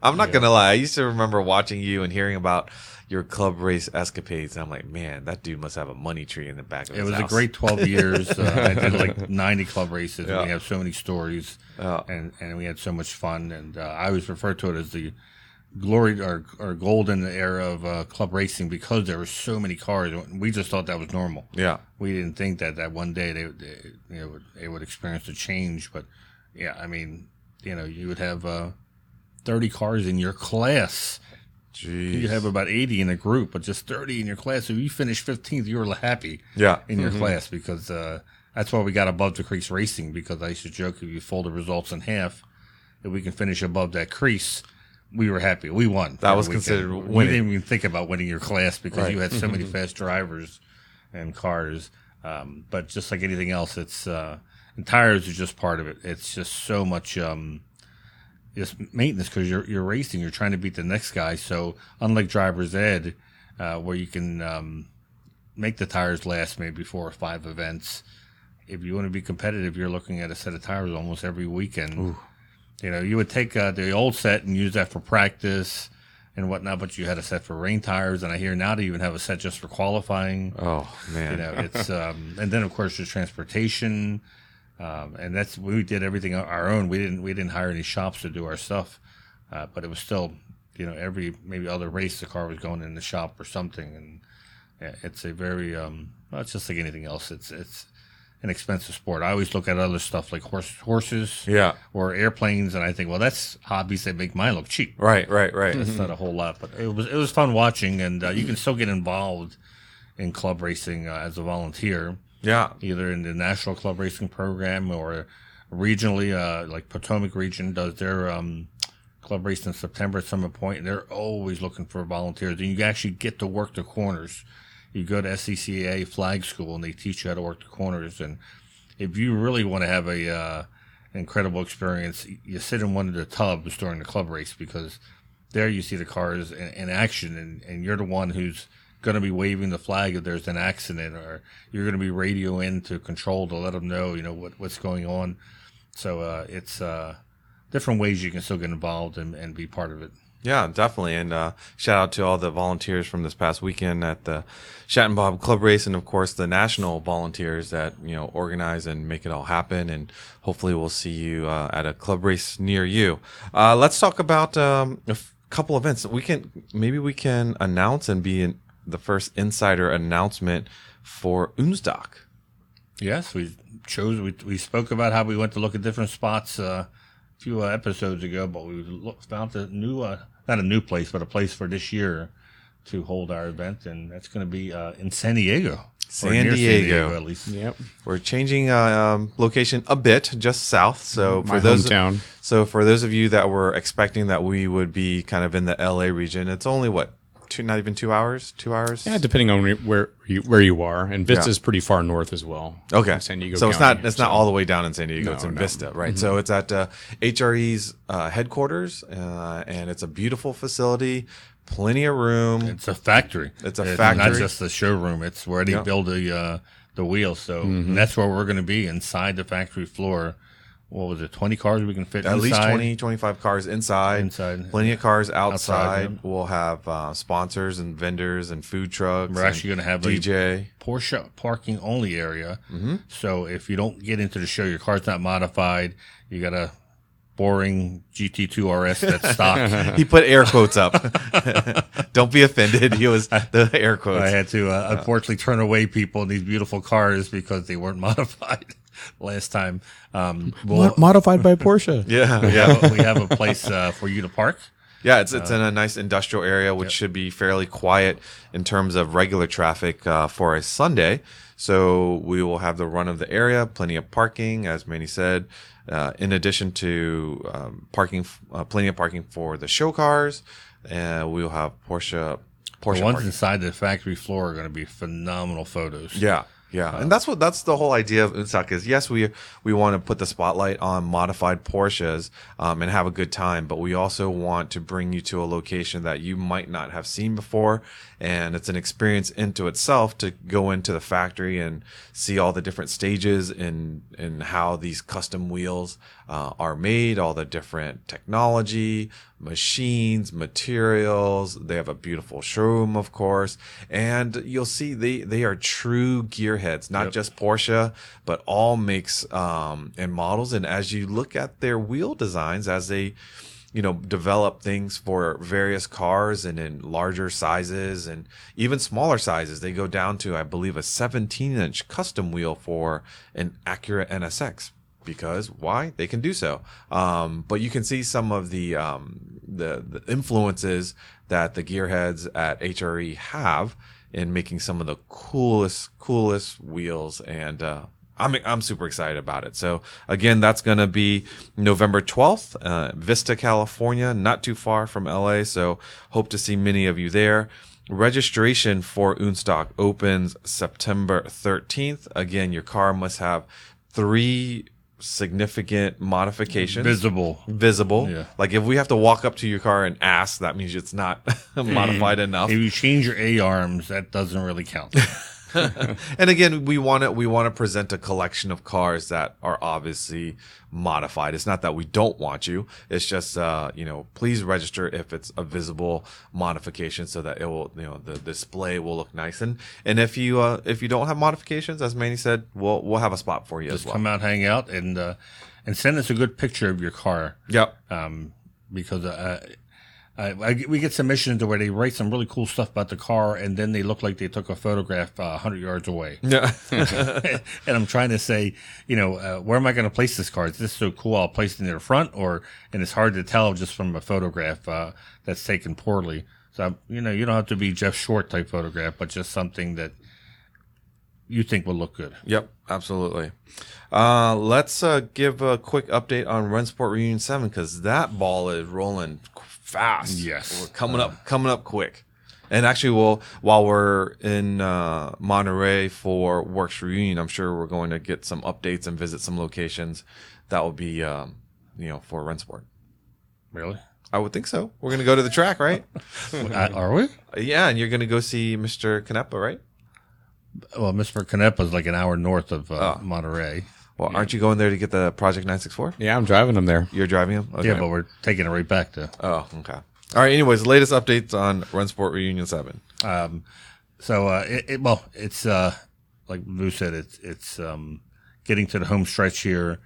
I'm not gonna lie. I used to remember watching you and hearing about your club race escapades, and I'm like, man, that dude must have a money tree in the back of It his was a house. great 12 years. Uh, I did like 90 club races. And we have so many stories, Yeah. and, and we had so much fun. And uh, I always refer to it as the glory or, or golden era of uh, club racing because there were so many cars. We just thought that was normal. Yeah. we didn't think that that one day they, they you know would, they would experience a change but yeah i mean you know you would have uh 30 cars in your class Jeez. you have about 80 in a group but just 30 in your class if you finished 15th you were happy Yeah. in your class because uh that's why we got above the crease racing because i used to joke if you fold the results in half if we can finish above that crease we were happy we won That was We can- considered we winning. didn't even think about winning your class because you had so many fast drivers and cars. Um, but just like anything else, it's uh, and tires are just part of it. It's just so much um, just maintenance because you're you're racing, you're trying to beat the next guy. So unlike driver's ed, uh, where you can um, make the tires last maybe four or five events, if you want to be competitive, you're looking at a set of tires almost every weekend. You know, you would take uh, the old set and use that for practice and whatnot, but you had a set for rain tires, and I hear now they even have a set just for qualifying. Oh man. You know, it's um, and then of course there's transportation, um, and that's we did everything on our own. We didn't we didn't hire any shops to do our stuff, uh, but it was still you know every maybe other race the car was going in the shop or something, and yeah, it's a very um, well, it's just like anything else. It's it's an expensive sport. I always look at other stuff like horse horses Yeah. or airplanes, and I think well that's hobbies that make mine look cheap. Right. Right. Right. Mm-hmm. It's not a whole lot, but it was it was fun watching, and uh, you can still get involved in club racing uh, as a volunteer, yeah. either in the national club racing program or regionally. Uh, like Potomac Region does their um, club race in September at Summit Point, and they're always looking for volunteers, and you actually get to work the corners. You go to SCCA flag school, and they teach you how to work the corners. And if you really want to have a uh, incredible experience, you sit in one of the tubs during the club race because there you see the cars in, in action and, and you're the one who's going to be waving the flag if there's an accident or you're going to be radio in to control to let them know you know what, what's going on so uh, it's uh, different ways you can still get involved and, and be part of it Yeah, definitely. And uh, shout out to all the volunteers from this past weekend at the Shatton Bob Club Race, and of course the national volunteers that you know organize and make it all happen. And hopefully, we'll see you uh, at a club race near you. Uh, let's talk about um, a f- couple events. We can maybe we can announce and be in the first insider announcement for Unsdock. yes we chose we, we spoke about how we went to look at different spots uh, a few uh, episodes ago but we look, found a new uh, not a new place but a place for this year to hold our event and that's going to be uh, in san diego or San near Diego. at least Yep. We're changing uh, um, location a bit, just south. So My for those hometown. so for those of you that were expecting that we would be kind of in the LA region, it's only what two, not even two hours, two hours. Yeah, depending on where- where you, where you are, and Vista's pretty far north as well. Okay, San Diego. So it's County, not it's so- not all the way down in San Diego. No, it's in no. Vista, right? Mm-hmm. So it's at uh, HRE's uh, headquarters, uh, and it's a beautiful facility, plenty of room. It's a factory. It's a Not factory. just the showroom. It's where Mm-hmm. they build the uh, the wheels. So and that's where we're going to be inside the factory floor, what was it, 20 cars we can fit At least inside? 20, 25 cars inside. Inside. Plenty of cars outside. Outside, yeah. We'll have uh, sponsors and vendors and food trucks. We're actually and gonna have a- DJ. Porsche parking only area. Mm-hmm. So if you don't get into the show, your car's not modified. You got a boring GT2 RS that's stock. he put air quotes up. Don't be offended. He was the air quotes. I had to uh, unfortunately turn away people in these beautiful cars because they weren't modified last time. Um, we'll- Mod- modified by Porsche. Yeah, yeah, we have a place uh, for you to park. yeah. It's Uh, it's in a nice industrial area, which should be fairly quiet in terms of regular traffic uh, for a Sunday. So we will have the run of the area, plenty of parking, as Manny said. Uh, in addition to um, parking, f- uh, plenty of parking for the show cars, and we will have Porsche. Porsche the ones parking. inside the factory floor are going to be phenomenal photos. Yeah, yeah, and that's what that's the whole idea of Unsak is. Yes, we we want to put the spotlight on modified Porsches um, and have a good time, but we also want to bring you to a location that you might not have seen before, and it's an experience into itself to go into the factory and see all the different stages and and how these custom wheels uh, are made, all the different technology, machines, materials. They have a beautiful showroom, of course, and you'll see they they are true gearheads, not just Porsche, but all makes um, and models. And as you look at their wheel designs, as they you know develop things for various cars and in larger sizes and even smaller sizes they go down to i believe a 17 inch custom wheel for an acura nsx because why they can do so um, but you can see some of the, um, the the influences that the gearheads at hre have in making some of the coolest coolest wheels and uh, I'm, I'm super excited about it. So again, that's going to be November 12th, uh, Vista, California, not too far from LA. So hope to see many of you there. Registration for Unstock opens September 13th. Again, your car must have three significant modifications Visible. visible. Yeah. Like if we have to walk up to your car and ask, that means it's not modified enough. If you change your A arms, that doesn't really count. and again, we want to we want to present a collection of cars that are obviously modified. It's not that we don't want you. It's just uh, you know, please register if it's a visible modification so that it will you know the display will look nice. And and if you uh, if you don't have modifications, as Manny said, we'll we'll have a spot for you Just as well. come out, hang out, and uh, and send us a good picture of your car. Yep. um, because uh, I, I get- we get submissions to where they write some really cool stuff about the car, and then they look like they took a photograph uh, hundred yards away. Yeah. and I'm trying to say, you know, uh, where am I going to place this car? Is this so cool? I'll place it in the front, or and it's hard to tell just from a photograph uh, that's taken poorly. So I'm, you know, you don't have to be Jeff Short type photograph, but just something that you think will look good. Yep, absolutely. Uh, let's uh, give a quick update on Runsport Reunion Seven because that ball is rolling qu- fast. Yes. Uh. we're coming up, coming up quick. And actually, we'll while we're in uh, Monterey for Works Reunion, I'm sure we're going to get some updates and visit some locations. That will be, um, you know, for Runsport. Really? I would think so. We're going to go to the track, right? Uh, are we? yeah, and you're going to go see Mr. Canepa, right? Well, Mr. Canepa is like an hour north of uh, Monterey. Well, aren't you going there to get the Project 964? Yeah, I'm driving them there. You're driving him. Okay. Yeah, but we're taking it right back to. Oh, okay. All right. Anyways, latest updates on Run Sport Reunion Seven. So, uh, it, it, well, it's uh, like Lou said, it's it's um, getting to the home stretch here.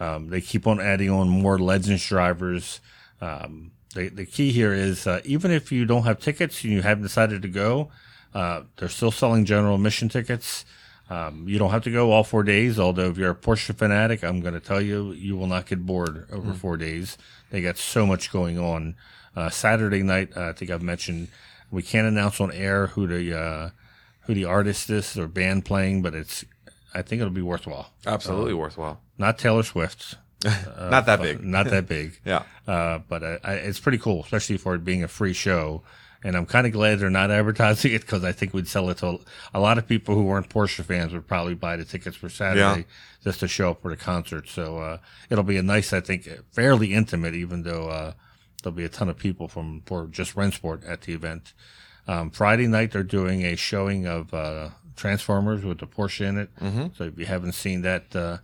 Um, they keep on adding on more legends drivers. Um, the the key here is uh, even if you don't have tickets and you haven't decided to go, uh, they're still selling general admission tickets. Um, you don't have to go all four days. Although if you're a Porsche fanatic, I'm going to tell you, you will not get bored over four days. They got so much going on. Uh, Saturday night, uh, I think I've mentioned we can't announce on air who the uh, who the artist is or band playing, but it's I think it'll be worthwhile. Absolutely worthwhile. Not Taylor Swift, Not that big. not that big. Yeah. Uh, but I, I, it's pretty cool, especially for it being a free show. And I'm kind of glad they're not advertising it because I think we'd sell it to a, a lot of people who weren't Porsche fans would probably buy the tickets for Saturday Yeah. just to show up for the concert. So uh, it'll be a nice, I think, fairly intimate, even though uh, there'll be a ton of people from for just Rensport at the event. Um, Friday night they're doing a Mm-hmm. showing of uh, Transformers with the Porsche in it. So if you haven't seen that. Uh,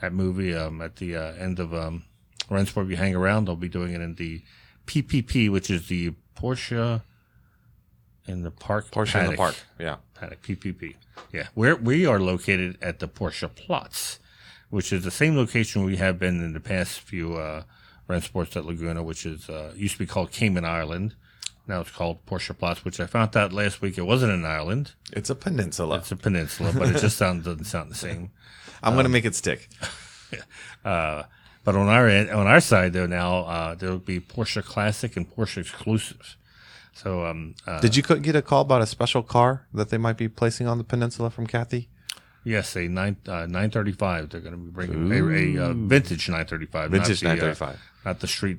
that movie um, at the uh, end of um, Rensport. If you hang around, they'll be doing it in the PPP, which is the Porsche in the park. Porsche in the paddock. park. Yeah. Paddock PPP. Yeah, where we are located at the Porsche Plots, which is the same location we have been in the past few uh, rent sports at Laguna, which is uh, used to be called Cayman Island. Now it's called Porsche Plots, which I found out last week it wasn't an island. It's a peninsula. It's a peninsula, but it just sounds doesn't sound the same. I'm going to make it stick. Uh, but on our end, on our side though, now uh, there will be Porsche Classic and Porsche Exclusive. So um, uh, Did you co- get a call about a special car that they might be placing on the peninsula from Kathy? Yes, a nine uh, nine thirty five. They're going to be bringing a, a uh, vintage nine thirty five. Vintage 935. uh, not the street.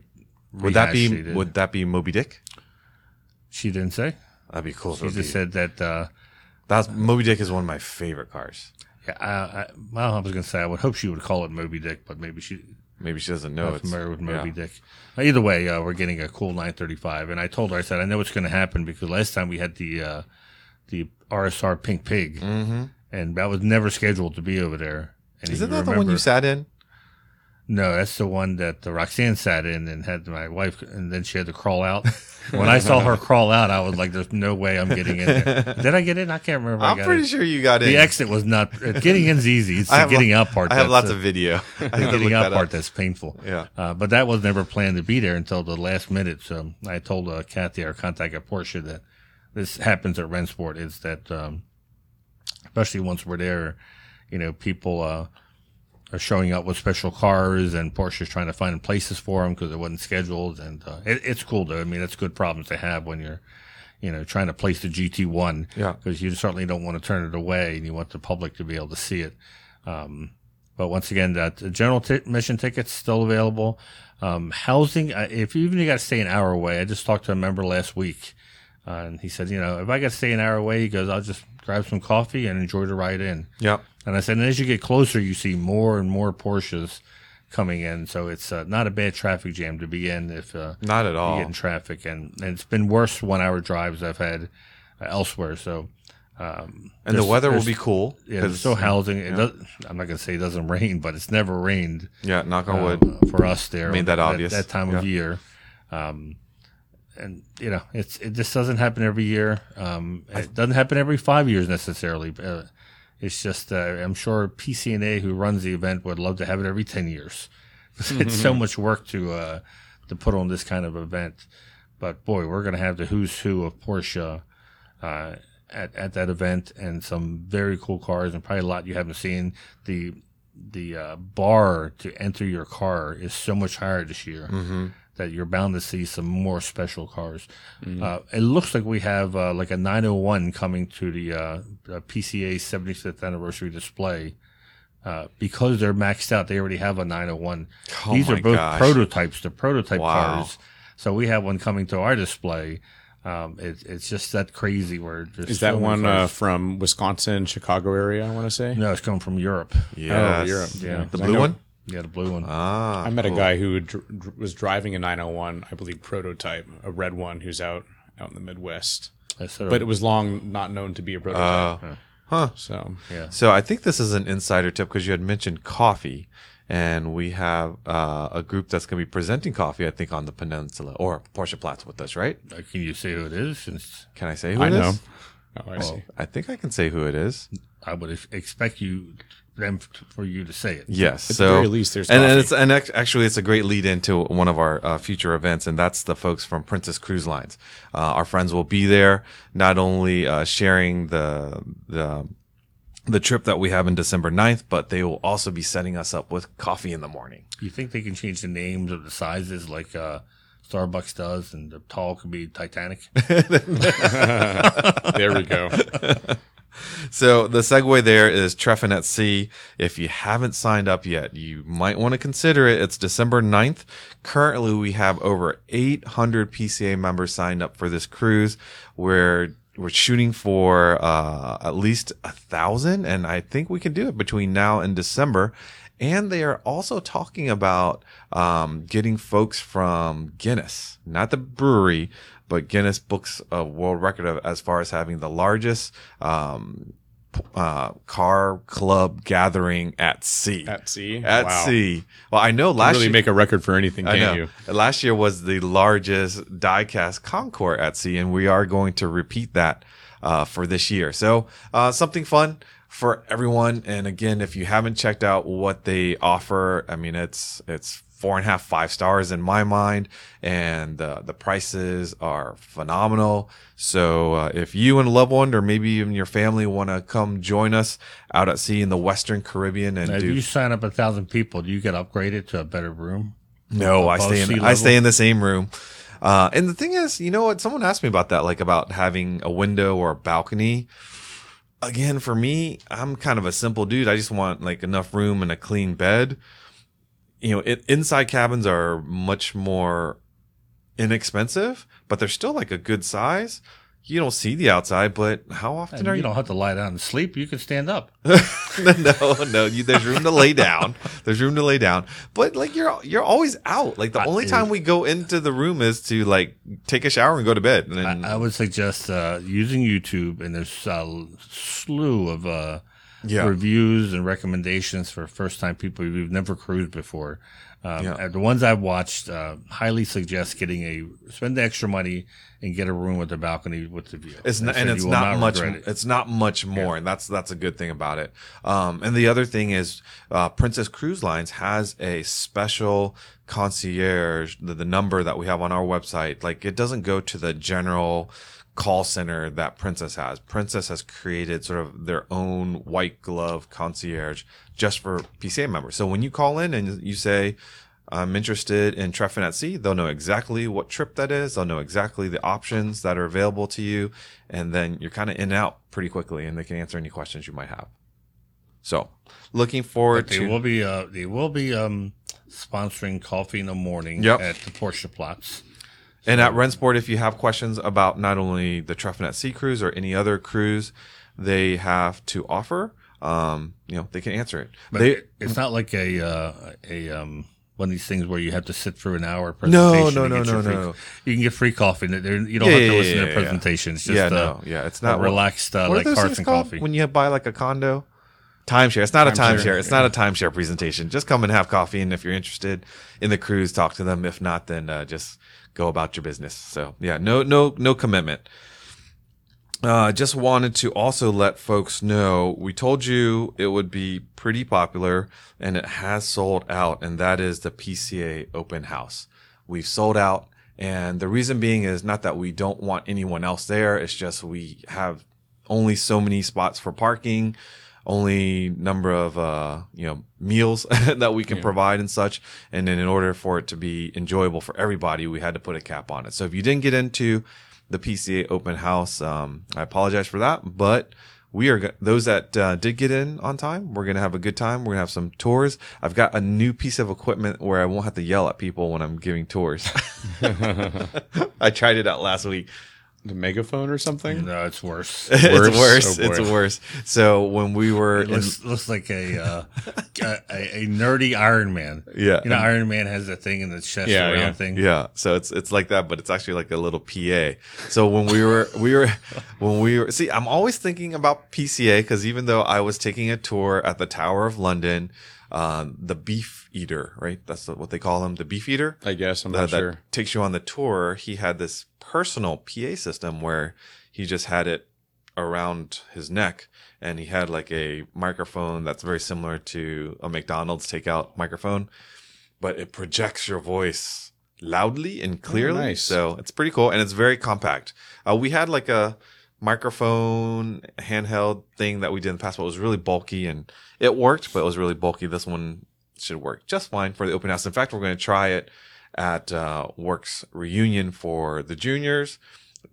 Would that be rehashed. She would that be Moby Dick? she didn't say? That'd be cool. if it She would just be- said that. Uh, That's Moby Dick is one of my favorite cars. yeah, I, I, well, I was going to say I would hope she would call it Moby Dick, but maybe she Maybe she doesn't know not Oh, it's familiar with Moby yeah. Dick. Uh, Either way, uh, we're getting a cool 935, and I told her I said I know it's going to happen because last time we had the uh, the RSR Pink Pig, Mm-hmm. and that was never scheduled to be over there. And if Isn't you that the one you remember- sat in? No, that's the one that the Roxanne sat in and had my wife, and then she had to crawl out. When I saw her crawl out, I was like, "There's no way I'm getting in." there. Did I get in? I can't remember. I I'm got pretty in. sure you got in. the exit was not uh, getting in's easy. It's the getting lo- out part. I have that's lots a- of video. I the have to look getting out that part up. that's painful. Yeah. Uh, but that was never planned to be there until the last minute. So I told uh, Kathy, our contact at Porsche, that this happens at Rensport. Is that um, especially once we're there, you know, people uh, are showing up with special cars and Porsche's trying to find places for them because it wasn't scheduled. And uh, it, it's cool though. I mean, it's good problems to have when you're. You know, trying to place the GT1 Yeah. because you certainly don't want to turn it away, and you want the public to be able to see it. Um, but once again, that the general t- mission tickets still available. Um, housing, uh, if you even you got to stay an hour away, I just talked to a member last week, uh, and he said, you know, if I got to stay an hour away, he goes, I'll just grab some coffee and enjoy the ride in. Yep. And I said, and as you get closer, you see more and more Porsches coming in, so it's uh, not a bad traffic jam to be in if uh, Not at you all. get in traffic, and, and it's been worse one hour drives I've had uh, elsewhere. So. Um, and the there's- weather will there's- be cool. yeah, there's 'cause- still housing. It does, I'm not going to say it doesn't rain, but it's never rained yeah, knock Oh, on uh, wood. for us there. Made that at obvious. That time of Yeah. year. Um, and, you know, it's it just doesn't happen every year. Um, it doesn't happen every five years necessarily. but, Uh, it's just, uh, I'm sure PCNA, who runs the event, would love to have it every 10 years. it's so Mm-hmm. much work to uh, to put on this kind of event. But boy, we're going to have the who's who of Porsche uh, at at that event, and some very cool cars, and probably a lot you haven't seen. The the uh, bar to enter your car is so much higher this year Mm-hmm. that you're bound to see some more special cars. Mm-hmm. Uh, it looks like we have uh, like a 901 coming to the uh, uh, PCA 75th anniversary display. Uh, because they're maxed out, they already have a 901. Oh These my are both gosh. prototypes. They're prototype Wow. cars. So we have one coming to our display. Um, it, it's just that crazy where there's Is that so many one uh, cars. from Wisconsin, Chicago area? I want to say. no, it's coming from Europe. Yes. Europe, yeah. The I blue know- one? Yeah, the blue Uh, one. Ah. I met Oh. a guy who dr- dr- was driving a 901, I believe prototype, a red one, who's out out in the Midwest. That's sort of- But it was long not known to be a Uh. prototype. huh. So So I think this is an insider tip because you had mentioned coffee, and we have uh, a group that's going to be presenting coffee, I think, on the peninsula or Porsche Platz with us, right? Uh, can you say who it is? Since Can I say who I it is? know. Oh, I see. I think I can say who it is. I would ex- expect you them f- for you to say it. Yes. At so the very least, there's and, and coffee. it's and act- actually it's a great lead into one of our uh, future events, and that's the folks from Princess Cruise Lines. Uh, our friends will be there, not only uh, sharing the the the trip that we have in December 9th, but they will also be setting us up with coffee in the morning. You think they can change the names of the sizes like uh, Starbucks does, and the tall could be Titanic. Oh. there we go. So the segue there is Treffin at Sea. If you haven't signed up yet, you might want to consider it. It's December 9th. Currently, we have over 800 PCA members signed up for this cruise. We're we're shooting for uh, at least a thousand, and I think we can do it between now and December. And they are also talking about um, getting folks from Guinness, not the brewery, but Guinness books a world record of, as far as having the largest um, uh, car club gathering at sea. At sea? At Wow. sea. Well, I know last really year, make a record for anything, I can know. you? Last year was the largest diecast concours at sea, and we are going to repeat that uh, for this year. So uh, something fun for everyone. And again, if you haven't checked out what they offer, I mean, it's it's four and a half five stars in my mind, and uh, the prices are phenomenal. So uh, if you and a loved one, or maybe even your family, want to come join us out at sea in the Western Caribbean and Now, if do you sign up a thousand people, do you get upgraded to a better room? no, I above stay sea in I level? stay in the same room. Uh, and the thing is, you know what? Someone asked me about that, like about having a window or a balcony. Again, for me, I'm kind of a simple dude. I just want like enough room and a clean bed. You know, it, inside cabins are much more inexpensive, but they're still like a good size. You don't see the outside, but how often And are you you? don't have to lie down and sleep. You can stand up. no, no, you, there's room to lay down. There's room to lay down. But like you're you're always out. Like the only time we go into the room is to like take a shower and go to bed. And then, I, I would suggest uh, using YouTube, and there's a slew of uh, Yeah. reviews and recommendations for first time people who've never cruised before. Um, Yeah. and The ones I've watched uh, highly suggest getting a spend the extra money and get a room with a balcony with the view. It's not, That's and it. it's You will not, much. regret it. It's not much more, and that's that's a good thing about it. Um, and the other thing is, uh, Princess Cruise Lines has a special concierge. The, the number that we have on our website, like it doesn't go to the general call center that Princess has. Princess has created sort of their own white glove concierge just for PCA members. So when you call in and you say. I'm interested in Treffin at Sea. They'll know exactly what trip that is. They'll know exactly the options that are available to you. And then you're kind of in and out pretty quickly and they can answer any questions you might have. So looking forward They to. will be uh, they will be um, sponsoring coffee in the morning Yep. at the Porsche Platz. And at Rensport, if you have questions about not only the Treffinet Sea Cruise or any other cruise they have to offer, um, you know, they can answer it. But they, it- it's not like a uh, a um, one of these things where you have to sit through an hour No, presentation. no, to no, get your no, free- no. You can get free coffee. and there- You don't Yeah, have to yeah, listen yeah, to the yeah, presentation. It's just yeah, uh, no, yeah, it's a not relaxed uh, What are like those carts things and called coffee. when you buy like a condo? Timeshare. It's not a Timeshare, timeshare. It's not a timeshare presentation. Just come and have coffee, and if you're interested in the cruise, talk to them. If not, then uh, just go about your business. So yeah, no, no, no commitment. Uh, just wanted to also let folks know we told you it would be pretty popular and it has sold out, and that is the PCA open house. We've sold out, and the reason being is not that we don't want anyone else there, it's just we have only so many spots for parking, only number of uh, you know meals that we can provide and such. And then in order for it to be enjoyable for everybody, we had to put a cap on it. So if you didn't get into the PCA open house, um, I apologize for that, but we are go- those that uh, did get in on time. We're gonna have a good time. We're gonna have some tours. I've got a new piece of equipment where I won't have to yell at people when I'm giving tours. I tried it out last week. The megaphone or something? no, it's worse. it's worse. Oh, boy. it's worse. So when we were It in- looks, looks like a, uh, a a a nerdy Iron Man. Yeah. you know, Iron Man has that thing in the chest, Yeah, the round yeah. thing. Yeah, so it's it's like that, but it's actually like a little PA. So when we were we were when we were see, I'm always thinking about PCA because even though I was taking a tour at the Tower of London, um, the Beef Eater, right? That's what they call him, the Beef Eater. I guess. I'm that, not sure. that takes you on the tour. He had this personal PA system where he just had it around his neck and he had like a microphone that's very similar to a McDonald's takeout microphone, but it projects your voice loudly and clearly. Oh, nice. So it's pretty cool and it's very compact. Uh, we had like a microphone handheld thing that we did in the past, but it was really bulky and it worked, but it was really bulky. This one should work just fine for the open house. In fact, we're going to try it at uh, Works reunion for the juniors.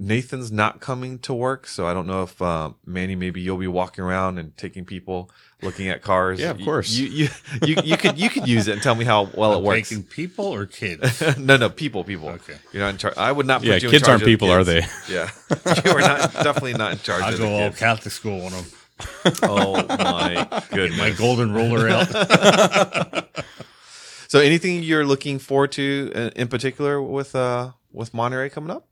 Nathan's not coming to work, so I don't know if uh, Manny, maybe you'll be walking around and taking people looking at cars. Yeah, of You- course. You you you, you could you could use it and tell me how well it works. Taking people or kids? no, no, people, people. Okay. you're not in charge. I would not. Put Yeah, you in kids charge aren't of the people, are kids. Yeah, you are not definitely not in charge. I'll of the go all kids. Catholic school on them. Oh my goodness. My golden ruler out. So, anything you're looking forward to uh, in particular with uh with Monterey coming up?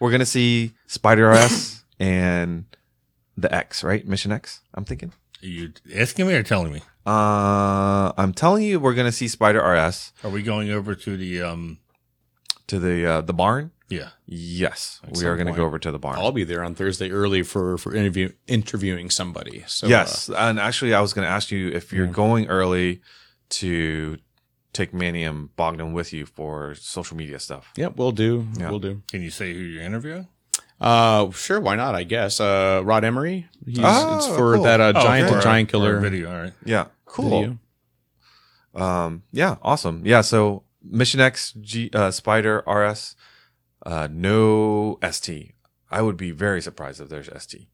We're gonna see Spider S and the X, right? Mission X, I'm thinking. Are you asking me or telling me? Uh, I'm telling you, we're gonna see Spider RS Are we going over to the um? to the uh, the barn. Yeah. Yes, At we some are gonna point. go over to the barn. I'll be there on Thursday early for for interview interviewing somebody. So uh, yes, and actually, I was gonna ask you if you're going early to take Manny and Bogdan with you for social media stuff. Yep, we'll do. Yeah. We'll do. Can you say who you're interviewing? Uh, sure, why not? I guess. Uh, Rod Emery. He's, Oh, it's for cool. that uh, Oh, giant for our- to giant for our killer video. All right. Yeah, video. Um, yeah, awesome. Yeah, so Mission X, G, uh, Spider, RS, uh, no ST. I would be very surprised if there's ST.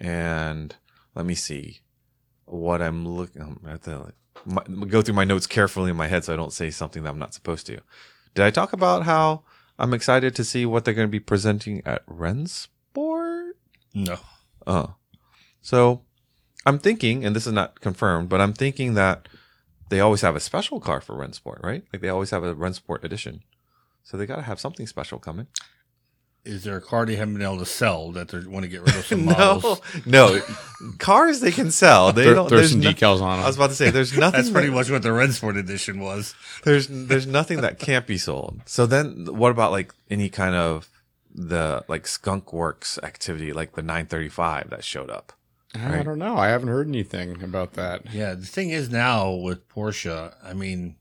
And let me see what I'm looking. um, I have to my, go through my notes carefully in my head so I don't say something that I'm not supposed to. Did I talk about how I'm excited to see what they're going to be presenting at Rensport? No. Uh, so I'm thinking, and this is not confirmed, but I'm thinking that they always have a special car for Rensport, right? Like they always have a Rensport edition. So they got to have something special coming. Is there a car they haven't been able to sell that they want to get rid of some models? no, cars they can sell. They Thir- don't. there's There's some no- decals on I was him. about to say there's nothing. That's pretty that- much what the Rensport edition was. there's there's nothing that can't be sold. So then, what about like any kind of the like Skunk Works activity, like the 935 that showed up? I don't know. I haven't heard anything about that. Yeah, the thing is now with Porsche, I mean,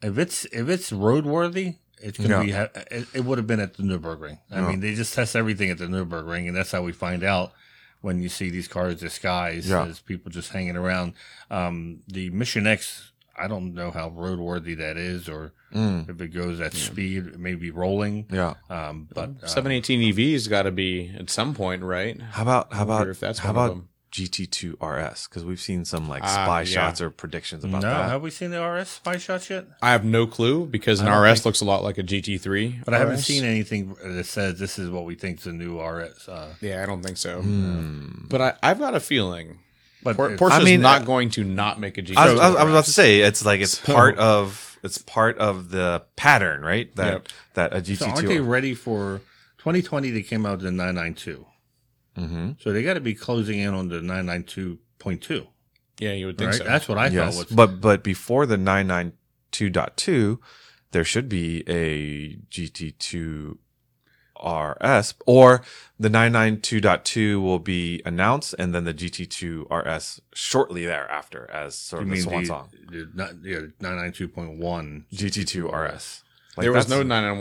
if it's if it's roadworthy, it's gonna be. ha- It, it would have been at the Nurburgring. I Yeah. mean, they just test everything at the Nurburgring, and that's how we find out when you see these cars disguised Yeah. as people just hanging around. Um, the Mission X, I don't know how roadworthy that is, or Mm, if it goes at speed, it may be rolling. yeah. Um, but uh, Seven eighteen EV's got to be at some point, right? How about how wonder about if that's how one of about them. GT2 RS? Because we've seen some like Ah, spy yeah. shots or predictions no, about that. have we seen the RS spy shots yet? I have no clue because an I don't RS think- looks a lot like a GT3, But I haven't RS. seen anything that says this is what we think the new RS. Uh, Yeah, I don't think so. Hmm. But I, I've got a feeling but Por- if- Porsche's I mean, not uh, going to not make a GT3. I, was, I was- I was about to say it's like it's So- part of it's part of the pattern, right? That Yep. that a so aren't they GT2. ready for 2020? They came out with the 992, hmm so they got to be closing in on the 992.2. yeah, you would think Right? so. That's what I Yes, thought. Was, but but before the 992.2, there should be a GT2 RS or the 992.2 will be announced and then the GT2 RS shortly thereafter as sort you of the mean swan the, song. the, not- yeah, 992.1? GT2 RS. Like there was no that's-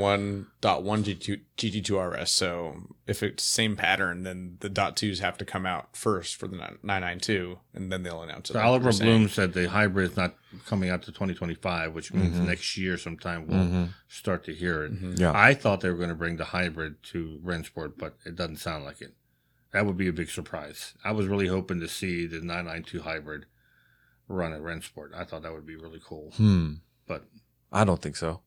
991.1 GT2, GT2 RS, so if it's same pattern, then the dot twos have to come out first for the 9- 992, and then they'll announce it. So like you Oliver were saying. Bloom said the hybrid is not coming out to 2025, which means Mhm. next year sometime we'll Mhm. start to hear it. Mhm. Yeah. I thought they were going to bring the hybrid to Rensport, but it doesn't sound like it. That would be a big surprise. I was really hoping to see the 992 hybrid run at Rensport. I thought that would be really cool, Hmm. but I don't think so.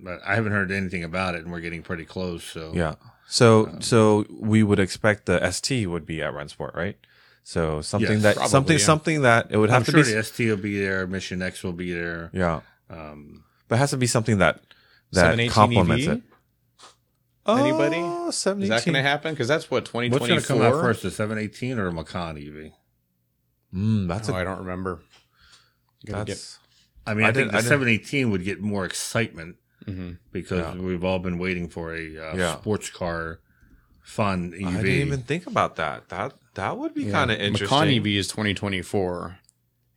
but I haven't heard anything about it, and we're getting pretty close. So Yeah. So Um, so we would expect the ST would be at Rensport, right? So something Yes, that probably, something yeah. something that it would have I'm to sure be the ST will be there, Mission X will be there. Yeah. Um, But it has to be something that that E 718 complements EV? it. E Anybody? Oh, Is 718. that going to happen? Because that's what what's 2024. going to come out first, the 718 or a Macan E EV? Mm, that's Oh, a I don't remember. Gotta that's I mean, I I, think didn't- the I didn't- 718 would get more excitement get- Mhm. because Yeah. we've all been waiting for a uh, Yeah. sports car fun E EV. I didn't even think about that. That that would be Yeah. kind of interesting. Macan EV is 2024,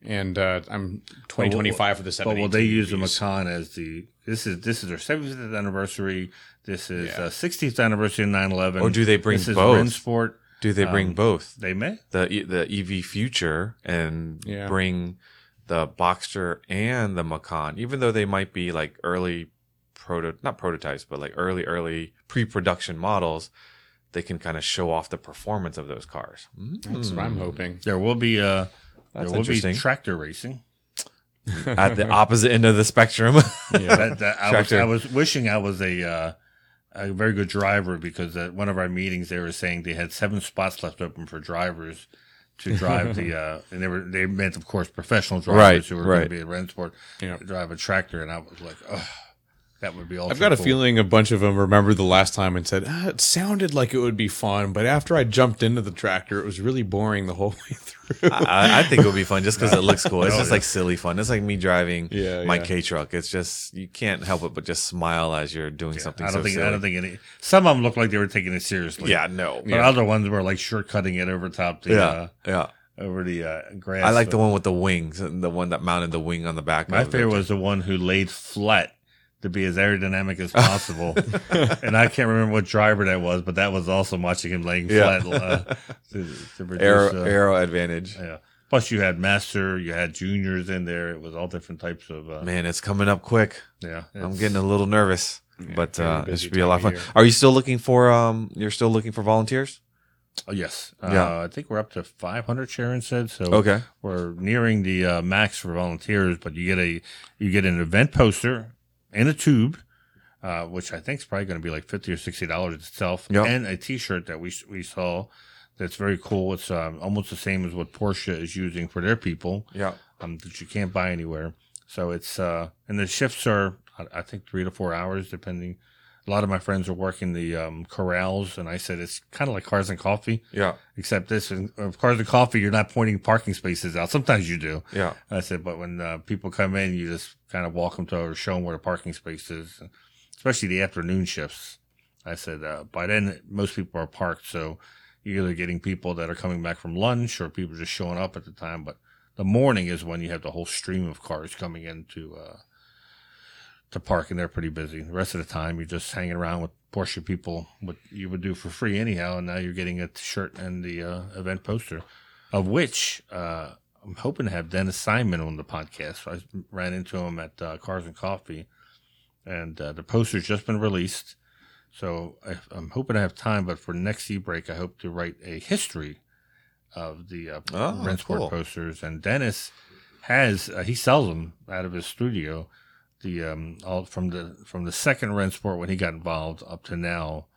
and uh, I'm But will- 2025 for the E 7. but will they use the Macan as the this is this is their 70th anniversary. This is Yeah. uh, 60th anniversary of 911. Or do they bring this is both? Rensport. Do they bring Um, both They may. the E- the EV future and Yeah. bring the Boxster and the Macan, even though they might be like early proto not prototypes, but like early early pre production models? They can kind of show off the performance of those cars. That's Hmm. what I'm hoping. There will be uh, there That's will be interesting. tractor racing. At the opposite end of the spectrum. Yeah. That, that, I, was, Tractor. I was wishing I was a uh, a very good driver because at one of our meetings they were saying they had seven spots left open for drivers to drive the uh, and they were they meant of course professional drivers Right, who were right. going to be at Rensport Yeah. drive a tractor and I was like oh That would be all. I've got a feeling a bunch of them remembered the last time and said, ah, it sounded like it would be fun, but after I jumped into the tractor, it was really boring the whole way through. I, I think it would be fun just because it looks cool. It's just like silly fun. It's like me driving Yeah, my yeah. K truck. It's just you can't help it but just smile as you're doing something. I so don't think. silly. I don't think any. Some of them look like they were taking it seriously. Yeah, no. But other ones were like shortcutting it over top the Yeah, uh, yeah. over the uh, grass. I like the one with the wings, and the one that mounted the wing on the back. My of the- favorite was the one who laid flat to be as aerodynamic as possible. and I can't remember what driver that was, but that was awesome watching him laying Yeah. flat uh, to, to reduce. Aero, uh, Aero Advantage. yeah. Plus, you had master, you had juniors in there. It was all different types of. Uh, Man, it's coming up quick. yeah, I'm it's- getting a little nervous, but getting uh, busy it should be a lot of time fun. of year. Are you still looking for? Um, you're still looking for volunteers? Oh, yes. Uh, Yeah. Oh, I think we're up to 500. Sharon said so. Okay. we're nearing the uh, max for volunteers, but you get a you get an event poster and a tube, uh, which I think is probably going to be like fifty or sixty dollars itself, Yeah. and a T-shirt that we we saw that's very cool. It's um, almost the same as what Porsche is using for their people Yeah. um, that you can't buy anywhere. So it's uh, and the shifts are I, I think three to four hours depending. A lot of my friends are working the um, corrals, and I said it's kind of like cars and coffee, Yeah. except this. And of cars and coffee, you're not pointing parking spaces out. Sometimes you do, Yeah. I said, but when uh, people come in, you just kind of walk them to or show them where the parking space is, especially the afternoon shifts. I said, uh, by then, most people are parked. So you're either getting people that are coming back from lunch or people just showing up at the time. But the morning is when you have the whole stream of cars coming in to, uh, to park, and they're pretty busy. The rest of the time, you're just hanging around with Porsche people, what you would do for free anyhow. And now you're getting a shirt and the uh, event poster, of which uh, I'm hoping to have Dennis Simon on the podcast. I ran into him at uh, Cars and Coffee, and uh, the poster's just been released. So I, I'm hoping to have time, but for next e break, I hope to write a history of the uh, Oh, Rensport cool. posters. And Dennis has uh, he sells them out of his studio. The um all from the from the second Rensport when he got involved up to now.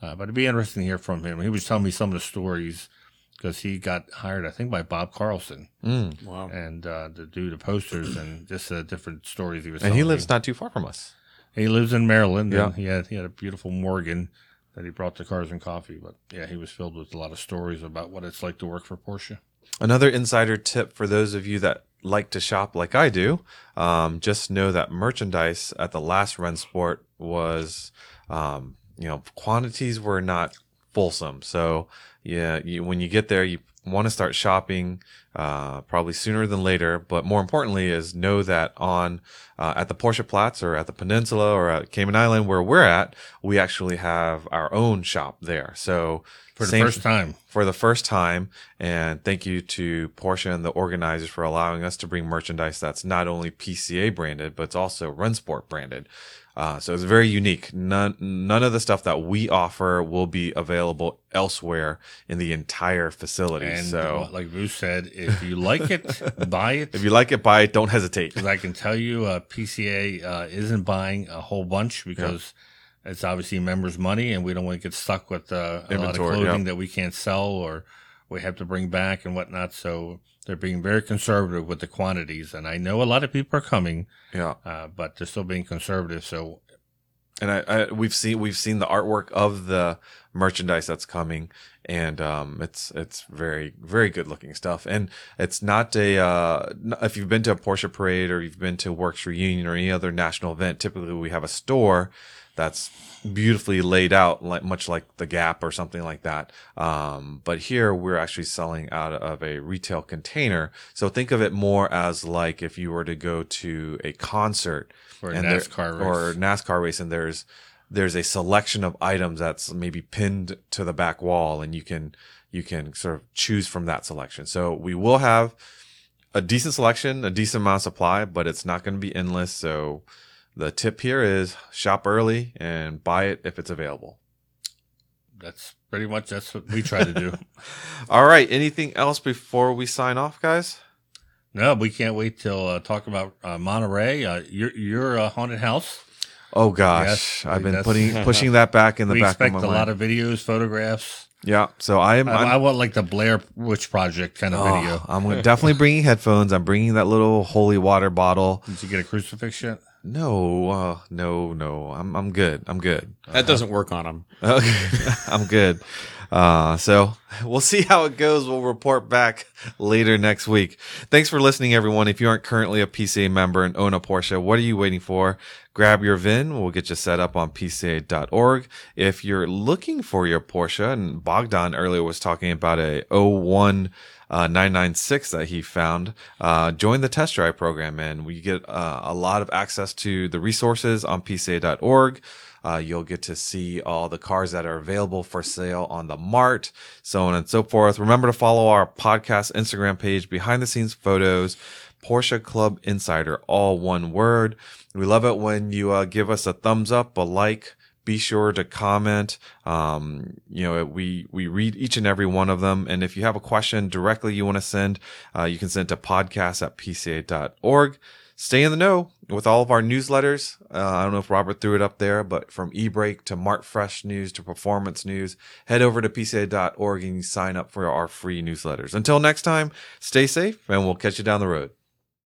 Uh, but it'd be interesting to hear from him. He was telling me some of the stories because he got hired, I think, by Bob Carlson Mm. wow. and uh, to do the posters and just uh, different stories he was. And he telling me. lives not too far from us. He lives in Maryland. Yeah. And he had he had a beautiful Morgan that he brought to Cars and Coffee. But yeah, he was filled with a lot of stories about what it's like to work for Porsche. Another insider tip for those of you that like to shop like I do, um, just know that merchandise at the last Rensport was, um, you know, quantities were not fulsome. So yeah, you, when you get there, you want to start shopping uh, probably sooner than later. But more importantly, is know that on uh, at the Porsche Platz or at the Peninsula or at Cayman Island where we're at, we actually have our own shop there. So For the same- first time, for the first time. And thank you to Porsche and the organizers for allowing us to bring merchandise that's not only PCA branded, but it's also Runsport branded. Uh, so it's very unique. None, none of the stuff that we offer will be available elsewhere in the entire facility. and so like Vu said, if you like it, buy it. if you like it, buy it. Don't hesitate. Because I can tell you, uh, PCA uh, isn't buying a whole bunch because it's obviously members' money, and we don't want to get stuck with uh, a lot of Inventory, clothing yeah. that we can't sell or we have to bring back and whatnot. So they're being very conservative with the quantities, and I know a lot of people are coming, Yeah. uh, but they're still being conservative. So and I, I we've seen we've seen the artwork of the merchandise that's coming and um it's it's very very good looking stuff and it's not a uh n- if you've been to a Porsche parade or you've been to works reunion or any other national event typically we have a store that's beautifully laid out like much like the gap or something like that um but here we're actually selling out of a retail container so think of it more as like if you were to go to a concert for a and there- NASCAR or race, NASCAR race, and there's there's a selection of items that's maybe pinned to the back wall, and you can you can sort of choose from that selection. So we will have a decent selection, a decent amount of supply, but it's not going to be endless. So the tip here is shop early and buy it if it's available. that's pretty much that's what we try to do. All right. Anything else before we sign off, guys? no, we can't wait till uh, talk about uh, Monterey, uh, your your uh, haunted house. Oh gosh, Yes, I've been that's- putting pushing that back in the we back expect of a my mind. lot of videos, photographs. yeah. So I am. I, I'm- I want like the Blair Witch Project kind of Oh, video. I'm definitely bringing headphones. I'm bringing that little holy water bottle. Did you get a crucifix yet? no, uh, no, no. I'm I'm good. I'm good. That doesn't work on them. Okay. I'm good. Uh, so we'll see how it goes. We'll report back later next week. Thanks for listening, everyone. If you aren't currently a PCA member and own a Porsche, what are you waiting for? Grab your VIN. We'll get you set up on PCA.org. If you're looking for your Porsche, and Bogdan earlier was talking about a 01 uh, 996 that he found, uh, join the test drive program and we get uh, a lot of access to the resources on PCA.org. Uh, you'll get to see all the cars that are available for sale on the mart, so on and so forth. Remember to follow our podcast Instagram page, behind the scenes photos, Porsche Club Insider, all one word. We love it when you uh, give us a thumbs up, a like. Be sure to comment. Um, you know, we we read each and every one of them. And if you have a question directly you want to send, uh, you can send to podcast at pca.org stay in the know with all of our newsletters. Uh, I don't know if Robert threw it up there, but from eBreak to Mart Fresh News to Performance News, head over to pca.org and sign up for our free newsletters. Until next time, stay safe and we'll catch you down the road.